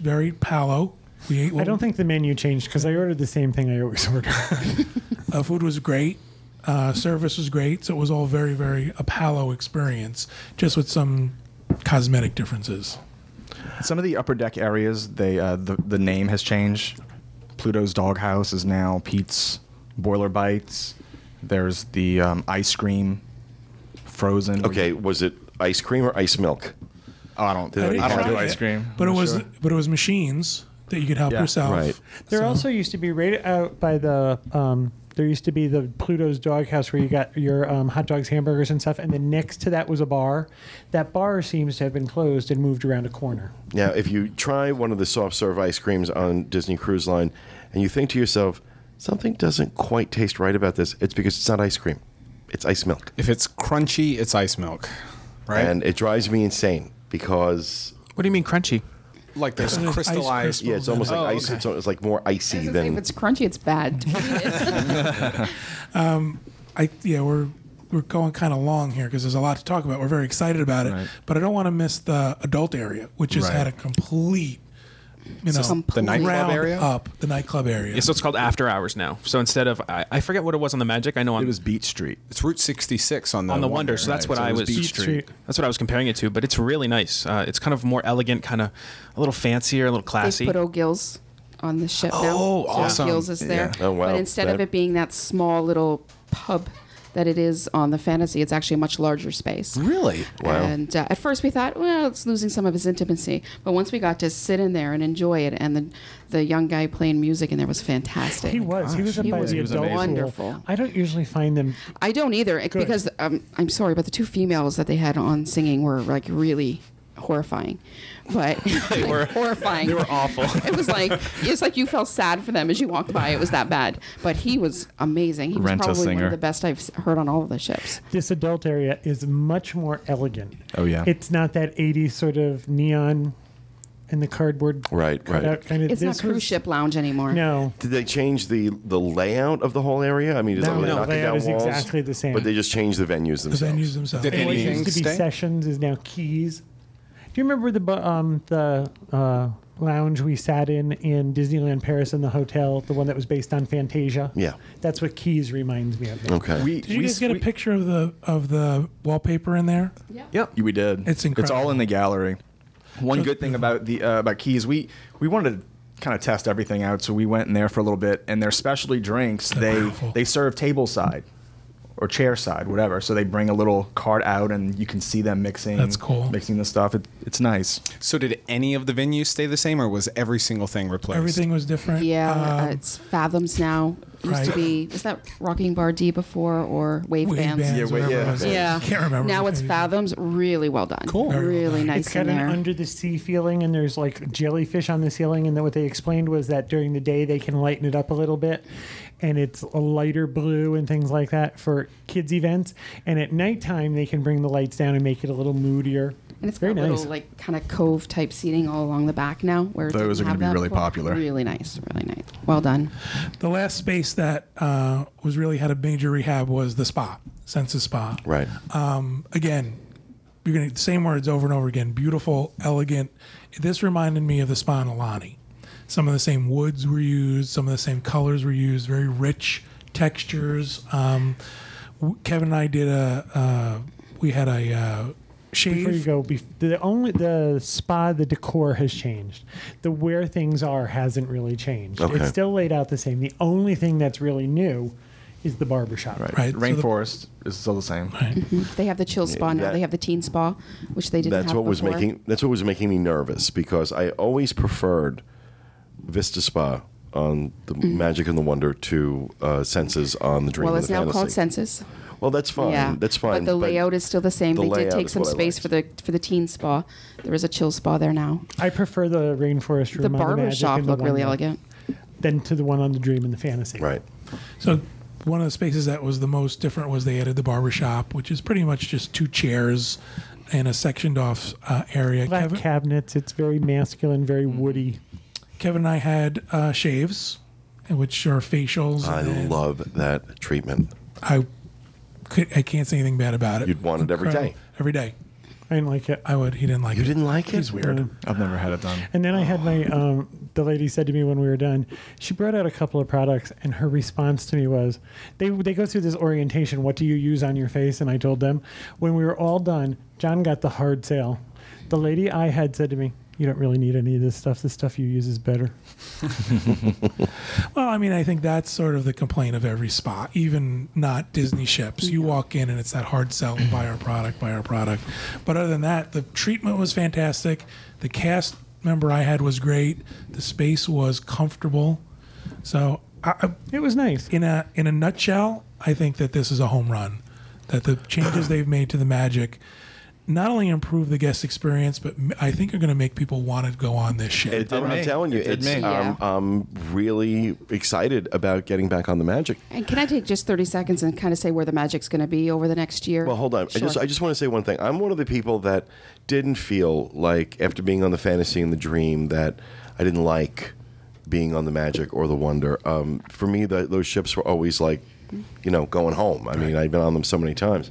S3: very Palo. We ate.
S2: I don't think the menu changed because I ordered the same thing I always order.
S3: Uh, food was great. Uh, service was great. So it was all very, very a Palo experience, just with some cosmetic differences.
S5: some of the upper deck areas they uh, the, the name has changed pluto's doghouse is now pete's boiler bites there's the um, ice cream frozen
S1: Okay, was it ice cream or ice milk?
S5: oh, i don't,
S1: I
S5: I
S1: didn't
S5: don't
S1: try
S5: do
S1: it,
S5: ice cream
S3: But
S5: I'm
S3: it was
S5: sure.
S3: but it was machines that you could help
S5: Yeah,
S3: yourself.
S1: right.
S2: There also used to be right out by the. Um, there used to be the Pluto's Doghouse where you got your um, hot dogs, hamburgers, and stuff, and then next to that was a bar. That bar seems to have been closed and moved around a corner.
S1: Now, if you try one of the soft serve ice creams on Disney Cruise Line and you think to yourself, something doesn't quite taste right about this, it's because it's not ice cream, it's ice milk.
S4: If it's crunchy, it's ice milk, right?
S1: And it drives me insane because
S8: What do you mean crunchy?
S4: like this
S3: Ice
S4: crystallized.
S3: crisp.
S1: yeah, it's almost like
S4: Oh,
S1: ice.
S4: okay.
S1: It's, al- it's like more icy
S6: If
S1: than
S6: it's crunchy, it's bad.
S3: I yeah we're we're going kind of long here because there's a lot to talk about. We're very excited about it, but I don't want to miss the adult area, which has
S5: Right.
S3: had a complete you know
S6: Complete.
S4: nightclub
S3: round
S4: area?
S3: up the nightclub area.
S8: Yeah, so it's called After Hours now. So instead of I, I forget what it was on the Magic. I know on
S5: it was beach street
S4: It's Route 66 on the
S8: on the Wonder. so that's
S4: right?
S8: what I
S4: it
S8: was.
S4: Beach Street.
S8: That's what I was comparing it to. But it's really nice. Uh, it's kind of more elegant, kind of a little fancier, a little
S6: They
S8: classy.
S6: put O'Gill's on the ship now.
S4: Oh,
S6: So
S4: awesome.
S6: O'Gill's is there.
S1: Yeah. Oh, wow.
S6: But instead of
S1: That-
S6: it being that small little pub that it is on the fantasy, it's actually a much larger space.
S4: Really?
S1: Wow.
S6: And uh, at first we thought, well, it's losing some of its intimacy. But once we got to sit in there and enjoy it, and the, the young guy playing music in there was fantastic.
S2: He was. He was up
S6: Oh He
S2: by
S6: was-
S2: the
S6: he was
S2: adult pool.
S6: amazing. Wonderful.
S2: I don't usually find them.
S6: I eh, don't either it- because um, I'm sorry, but the two females that they had on singing were like really horrifying, but they
S8: were-
S6: horrifying.
S8: they were awful.
S6: It was like it's like you felt sad for them as you walked by. It was that bad. But he was amazing. He was
S5: Rent a
S6: probably one
S5: singer.
S6: of the best I've s- heard on all of the ships.
S2: This adult area is much more elegant.
S5: Oh, yeah.
S2: It's not that 80s sort of neon and the cardboard
S1: Right,
S2: cutout
S1: right.
S2: kind of.
S6: It's
S2: this
S6: not cruise
S2: was-
S6: ship lounge anymore.
S2: No,
S1: Did they change the the layout of the whole area? I mean, is
S2: No,
S1: it really
S2: no,
S1: knocking
S2: layout
S1: down
S2: is
S1: walls?
S2: exactly the same.
S1: But they just changed the venues
S3: The
S1: themselves.
S3: venues themselves.
S4: Did
S2: what
S4: anything
S2: used to be
S4: stay?
S2: sessions is now keys. Do you remember the bu- um the uh, lounge we sat in in Disneyland Paris in the hotel, the one that was based on Fantasia?
S1: Yeah. Oh,
S2: That's what keys reminds me of. now.
S1: Okay.
S5: We,
S3: Did you
S5: we,
S3: guys get a
S5: we-
S3: picture of the of the wallpaper in there?
S5: Yep, we did.
S3: It's
S5: It's all
S3: incredible.
S5: in the gallery. One good thing about the uh, about Keys, we we wanted to kind of test everything out, so we went in there for a little bit. And their specialty drinks, they
S3: powerful.
S5: they serve tableside or chair side, whatever. So they bring a little cart out, and you can see them mixing.
S3: That's cool.
S5: Mixing the stuff. It, it's nice.
S4: So did any of the venues stay the same, or was every single thing replaced?
S3: Everything was different.
S6: Yeah,
S3: Um,
S6: uh, it's fathoms now. It used to
S3: right.
S6: be was that Rocking Bar D before or Wave,
S3: wave
S6: Bands?
S3: bands,
S5: Yeah, wait,
S3: whatever it
S5: yeah.
S3: was.
S6: Yeah,
S3: Can't remember.
S6: Now
S3: what
S6: it's
S3: they-
S6: fathoms. Really well done. Cool.
S3: Very well
S6: Really
S3: done.
S6: nice
S2: It's got
S6: in
S2: an
S6: there.
S2: under the sea feeling, and there's like jellyfish on the ceiling. And then what they explained was that during the day they can lighten it up a little bit, and it's a lighter blue and things like that for kids events. And at nighttime they can bring the lights down and make it a little moodier.
S6: And it's
S2: very
S6: got
S2: nice.
S6: little like kind of cove type seating all along the back now. Where it
S5: Those
S6: didn't
S5: are gonna
S6: have
S5: be
S6: that
S5: really
S6: before.
S5: popular.
S6: Really nice, really nice. Well done.
S3: The last space that uh, was really had a major rehab was the spa, Census Spa.
S1: Right.
S3: Um, again, you're gonna the same words over and over again. Beautiful, elegant. This reminded me of the spa in Alani. Some of the same woods were used. Some of the same colors were used. Very rich textures. Um, w- Kevin and I did a. Uh, we had a uh, shave.
S2: Before you go, bef- the only the spa, the decor has changed. The where things are hasn't really changed.
S1: Okay.
S2: It's still laid out the same. The only thing that's really new is the barbershop. Right.
S3: Right, so the-
S5: Rainforest is still the same.
S6: They have the chill spa now.
S1: that-
S6: They have the teen spa, which they didn't
S1: That's
S6: have
S1: what was
S6: before.
S1: making that's what was making me nervous because I always preferred Vista Spa on the Magic and the Wonder to uh, Senses on the Dream.
S6: Mm-hmm. Well,
S1: and
S6: it's
S1: the
S6: now called
S1: Fantasy.
S6: Census.
S1: Well, that's fine.
S6: yeah,
S1: That's fine.
S6: But the layout is still the same.
S1: the
S6: they did
S1: layout
S6: take
S1: is
S6: some
S1: what I
S6: space
S1: liked.
S6: for the for the teen spa. There is a chill spa there now.
S2: I prefer the rainforest room.
S6: The
S2: on
S6: barber
S2: Magic
S6: shop
S2: and the
S6: looked really
S2: Wonder
S6: elegant.
S2: Than to the one on the dream and the fantasy.
S1: right.
S3: So one of the spaces that was the most different was they added the barber shop, which is pretty much just two chairs and a sectioned off uh, area.
S2: Black
S3: Kevin,
S2: cabinets. It's very masculine, very woody.
S3: Kevin and I had uh, shaves, and which are facials.
S1: I
S3: and
S1: love that treatment.
S3: I could I can't say anything bad about it.
S1: You'd want it every
S3: Incredible.
S1: day.
S3: Every day.
S2: I didn't like it.
S3: I would. He didn't like
S1: You
S3: it.
S1: didn't like it?
S3: He's weird.
S5: I've never had it done.
S2: And then I had my. Um, the lady said to me when we were done, she brought out a couple of products, and her response to me was, "They they go through this orientation. What do you use on your face?" And I told them, when we were all done, John got the hard sale. The lady I had said to me, "You don't really need any of this stuff. The stuff you use is better."
S3: Well, I mean, I think that's sort of the complaint of every spa, even not Disney ships. You walk in and it's that hard sell buy our product, buy our product. But other than that, the treatment was fantastic. The cast member I had was great. The space was comfortable. So, I, I-
S2: It was nice.
S3: in a in a nutshell, I think that this is a home run. That the changes they've made to the Magic not only improve the guest experience, but m- I think are going to make people want to go on this ship.
S1: It did, I'm
S4: me.
S1: telling you,
S4: It did
S1: it's,
S4: me.
S1: um, I'm really excited about getting back on the Magic.
S6: And can I take just thirty seconds and kind of say where the magic's going to be over the next year?
S1: Well, hold on. I just I just want to say one thing. I'm one of the people that didn't feel like after being on the fantasy and the dream that I didn't like being on the magic or the wonder. Um, for me, the, those ships were always like, you know, going home. I mean, I've been on them so many times.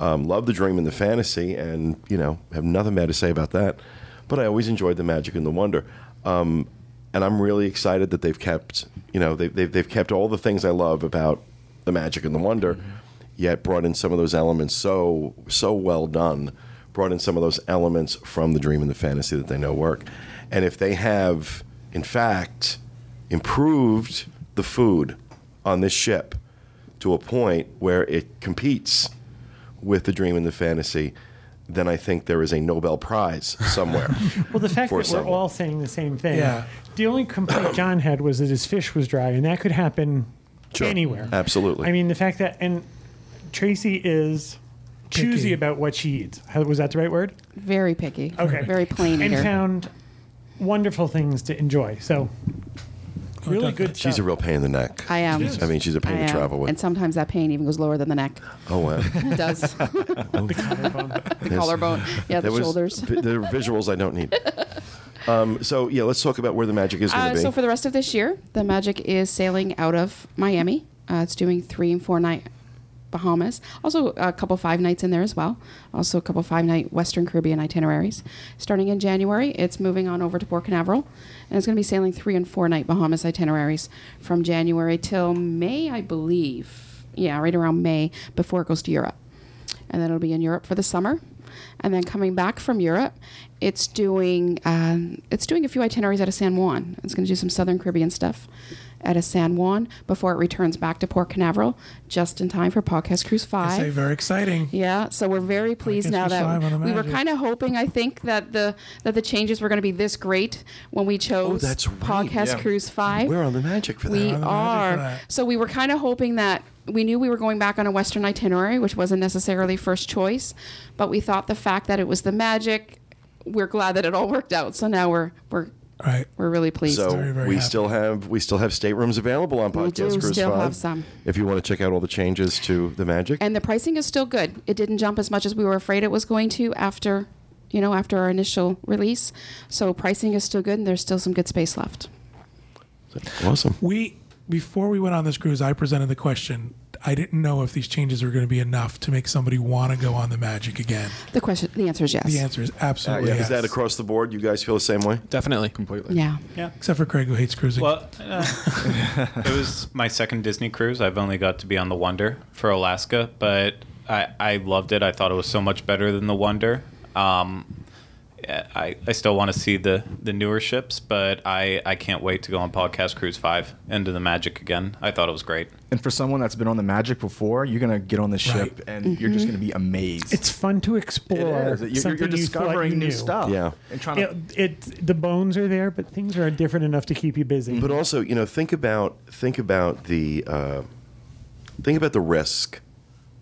S1: Um, love the dream and the fantasy, and you know, have nothing bad to say about that. But I always enjoyed the magic and the wonder. Um, and I'm really excited that they've kept, you know, they've, they've, they've kept all the things I love about the magic and the wonder, yet brought in some of those elements so so well done. Brought in some of those elements from the dream and the fantasy that they know work, and if they have, in fact, improved the food on this ship to a point where it competes with the dream and the fantasy, then I think there is a Nobel Prize somewhere.
S2: Well, the fact
S1: for
S2: that we're
S1: someone.
S2: all saying the same thing.
S3: Yeah.
S2: The only complaint John had was that his fish was dry, and that could happen
S1: Sure.
S2: anywhere.
S1: Absolutely.
S2: I mean, the fact that and Tracy is choosy
S3: Picky.
S2: about what she eats. How- Was that the right word?
S6: Very picky.
S2: Okay.
S6: Very plain
S2: And
S6: eater.
S2: found wonderful things to enjoy. So really
S3: definitely.
S2: good.
S1: Oh, She's a
S2: stuff.
S1: real pain in the neck.
S6: I am.
S1: I mean, she's a pain
S6: I
S1: to
S6: am.
S1: travel with.
S6: And sometimes that pain even goes lower than the neck.
S1: oh, wow.
S6: It does. the collarbone. Yeah, the
S1: That was
S6: shoulders.
S1: vi- there are visuals I don't need. Um, so, yeah, let's talk about where the magic is going
S6: Uh,
S1: to be.
S6: so for the rest of this year, the Magic is sailing out of Miami. Uh, it's doing three and four night Bahamas. Also a couple five nights in there as well. Also a couple five night Western Caribbean itineraries. Starting in January, it's moving on over to Port Canaveral, and it's going to be sailing three and four night Bahamas itineraries from January till May, I believe. Yeah, right around May before it goes to Europe and then it'll be in Europe for the summer. And then coming back from Europe, it's doing um, it's doing a few itineraries out of San Juan. It's going to do some Southern Caribbean stuff out of San Juan before it returns back to Port Canaveral just in time for Podcast Cruise Five.
S3: Say very exciting.
S6: Yeah, so we're very pleased
S3: guess
S6: now
S3: we
S6: that
S3: survive on the
S6: we were
S3: magic.
S6: kind of hoping, I think, that the that the changes were going to be this great when we chose
S1: Oh, that's right,
S6: Podcast
S1: yeah.
S6: Cruise Five.
S1: We're on the magic for that.
S6: We
S3: the magic
S6: are.
S3: for that.
S6: So we were kind of hoping that we knew we were going back on a Western itinerary, which wasn't necessarily first choice, but we thought the fact that it was the magic, we're glad that it all worked out. So now we're we're
S3: Right.
S6: we're really pleased.
S1: So
S3: Very, very
S1: we
S3: happy.
S1: still have we still have staterooms available on
S6: We do
S1: Podcast Cruise
S6: still
S1: 5,
S6: have some.
S1: If you want to check out all the changes to the magic,
S6: and the pricing is still good. It didn't jump as much as we were afraid it was going to after, you know, after our initial release. So pricing is still good, and there's still some good space left.
S1: awesome.
S3: We before we went on this cruise, I presented the question. I didn't know if these changes were going to be enough to make somebody want to go on the Magic again.
S6: The question, the answer is yes.
S3: The answer is
S1: Uh,
S3: absolutely
S1: yeah, Is
S3: Oh, yes.
S1: that across the board? You guys feel the same way?
S8: Definitely.
S5: completely.
S6: Yeah.
S3: Except for Craig, who hates cruising.
S7: Well, uh, it was my second Disney cruise. I've only got to be on the Wonder for Alaska, but I, I loved it. I thought it was so much better than the Wonder. Um, I, I still want to see the, the newer ships, but I, I can't wait to go on Podcast Cruise 5 into the magic again. I thought it was great.
S5: And for someone that's been on the Magic before, you're gonna get on the ship
S3: Right.
S5: and you're just gonna be amazed.
S2: Mm-hmm. It's fun to explore.
S5: It is. You're- You're,
S2: something
S5: you're
S2: you thought you
S5: discovering new
S2: knew.
S5: stuff.
S1: Yeah.
S5: And trying to.
S2: It, it the bones are there, but things are different enough to keep you busy.
S1: But also, you know, think about think about the uh, think about the risk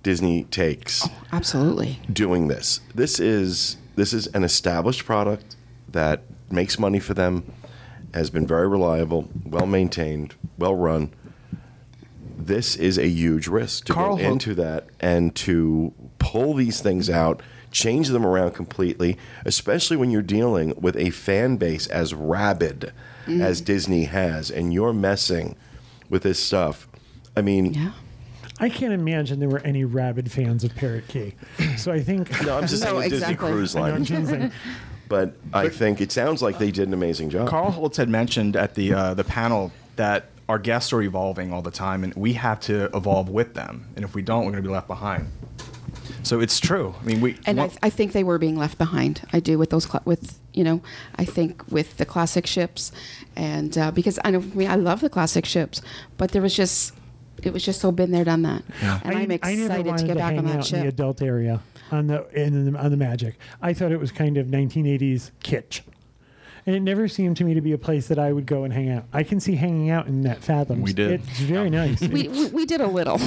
S1: Disney takes
S6: Absolutely.
S1: doing this. This is this is an established product that makes money for them, has been very reliable, well maintained, well run. This is a huge risk to
S5: Carl
S1: go
S5: Ho-
S1: into that and to pull these things out, change them around completely, especially when you're dealing with a fan base as rabid as Disney has, and you're messing with this stuff. I mean,
S6: Yeah.
S2: I can't imagine there were any rabid fans of Parrot Key. So I think
S1: no, I'm just
S6: No,
S1: saying the Disney
S6: exactly.
S1: Cruise
S2: I know
S1: Line.
S2: what you're saying.
S1: but I think it sounds like they did an amazing job.
S5: Carl Holtz had mentioned at the uh, the panel that our guests are evolving all the time, and we have to evolve with them. And if we don't, we're gonna be left behind. So it's true. I mean, we.
S6: And I,
S5: one-
S6: th- I think they were being left behind. I do with those cla with you know I think with the classic ships, and uh, because I know I, mean, I love the classic ships, but there was just it was just so been there done that, and I, am
S2: never
S6: excited
S2: wanted
S6: to get back
S2: hang
S6: on that
S2: out in the
S6: ship.
S2: adult area on the in the, on the Magic. I thought it was kind of 1980s kitsch, and it never seemed to me to be a place that I would go and hang out. I can see hanging out in that Fathoms.
S5: We did.
S2: It's very nice.
S6: We, we, we did a little.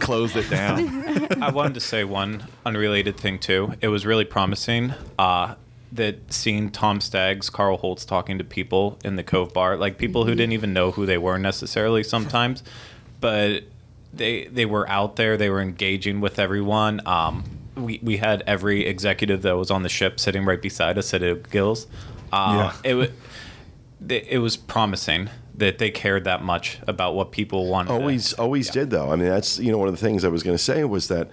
S5: closed it down.
S7: I wanted to say one unrelated thing too. It was really promising uh, that seeing Tom Staggs, Carl Holtz talking to people in the Cove Bar, like people who didn't even know who they were necessarily sometimes, but they they were out there, they were engaging with everyone. Um, we we had every executive that was on the ship sitting right beside us at O'Gill's. Uh, It was it was promising that they cared that much about what people wanted.
S1: always always did though. I mean, that's you know one of the things I was going to say was that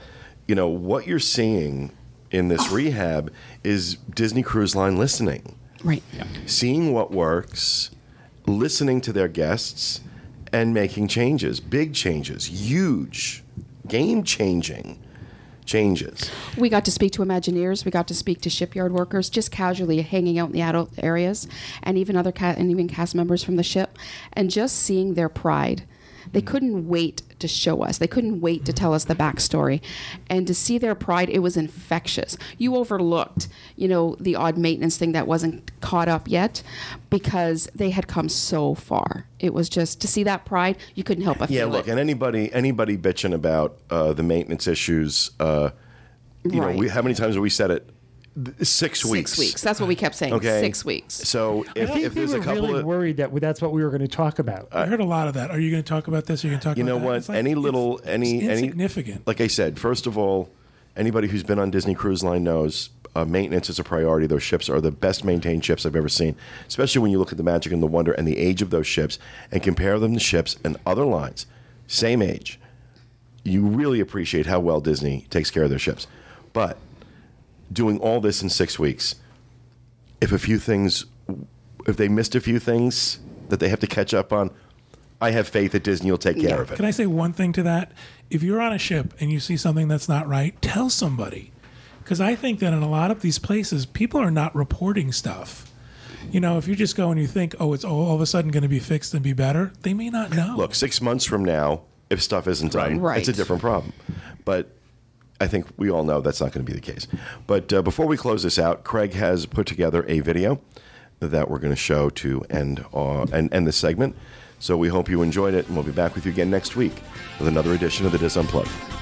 S1: you know what you're seeing in this rehab is Disney Cruise Line listening,
S6: right.
S1: seeing what works, listening to their guests, and making changes, big changes, huge, game changing changes.
S6: We got to speak to Imagineers. We got to speak to shipyard workers, just casually hanging out in the adult areas, and even other ca- and even cast members from the ship, and just seeing their pride. They couldn't wait to show us. They couldn't wait to tell us the backstory, and to see their pride, it was infectious. You overlooked, you know, the odd maintenance thing that wasn't caught up yet, because they had come so far. It was just to see that pride, you couldn't help but
S1: Yeah,
S6: feel
S1: look,
S6: it.
S1: and anybody anybody bitching about uh, the maintenance issues, uh, you
S6: Right.
S1: know, we, how many times have we said it? Th- Six weeks.
S6: Six weeks. That's what we kept saying.
S1: Okay.
S6: Six weeks.
S1: So if,
S2: I think
S1: if
S2: they
S1: there's
S2: were
S1: a couple
S2: really
S1: of
S2: worried that that's what we were going to talk about.
S3: I heard a lot of that. Are you going to talk about this? Are you going to talk
S1: you
S3: about
S1: know
S3: that?
S1: what?
S3: It's like,
S1: any
S3: it's-
S1: little, any,
S3: it's
S1: any,
S3: insignificant.
S1: Like I said, first of all, anybody who's been on Disney Cruise Line knows uh, maintenance is a priority. Those ships are the best maintained ships I've ever seen, especially when you look at the magic and the wonder and the age of those ships and compare them to ships and other lines, same age. You really appreciate how well Disney takes care of their ships. But doing all this in six weeks, if a few things, if they missed a few things that they have to catch up on, I have faith that Disney will take care of it.
S3: Can I say one thing to that? If you're on a ship and you see something that's not right, tell somebody. Because I think that in a lot of these places, people are not reporting stuff. You know, if you just go and you think, oh, it's all, all of a sudden going to be fixed and be better, they may not know.
S1: look, six months from now, if stuff isn't done,
S6: Right.
S1: it's a different problem. But I think we all know that's not going to be the case. But uh, before we close this out, Craig has put together a video that we're going to show to end uh, and end this segment. So we hope you enjoyed it, and we'll be back with you again next week with another edition of the Dis Unplugged.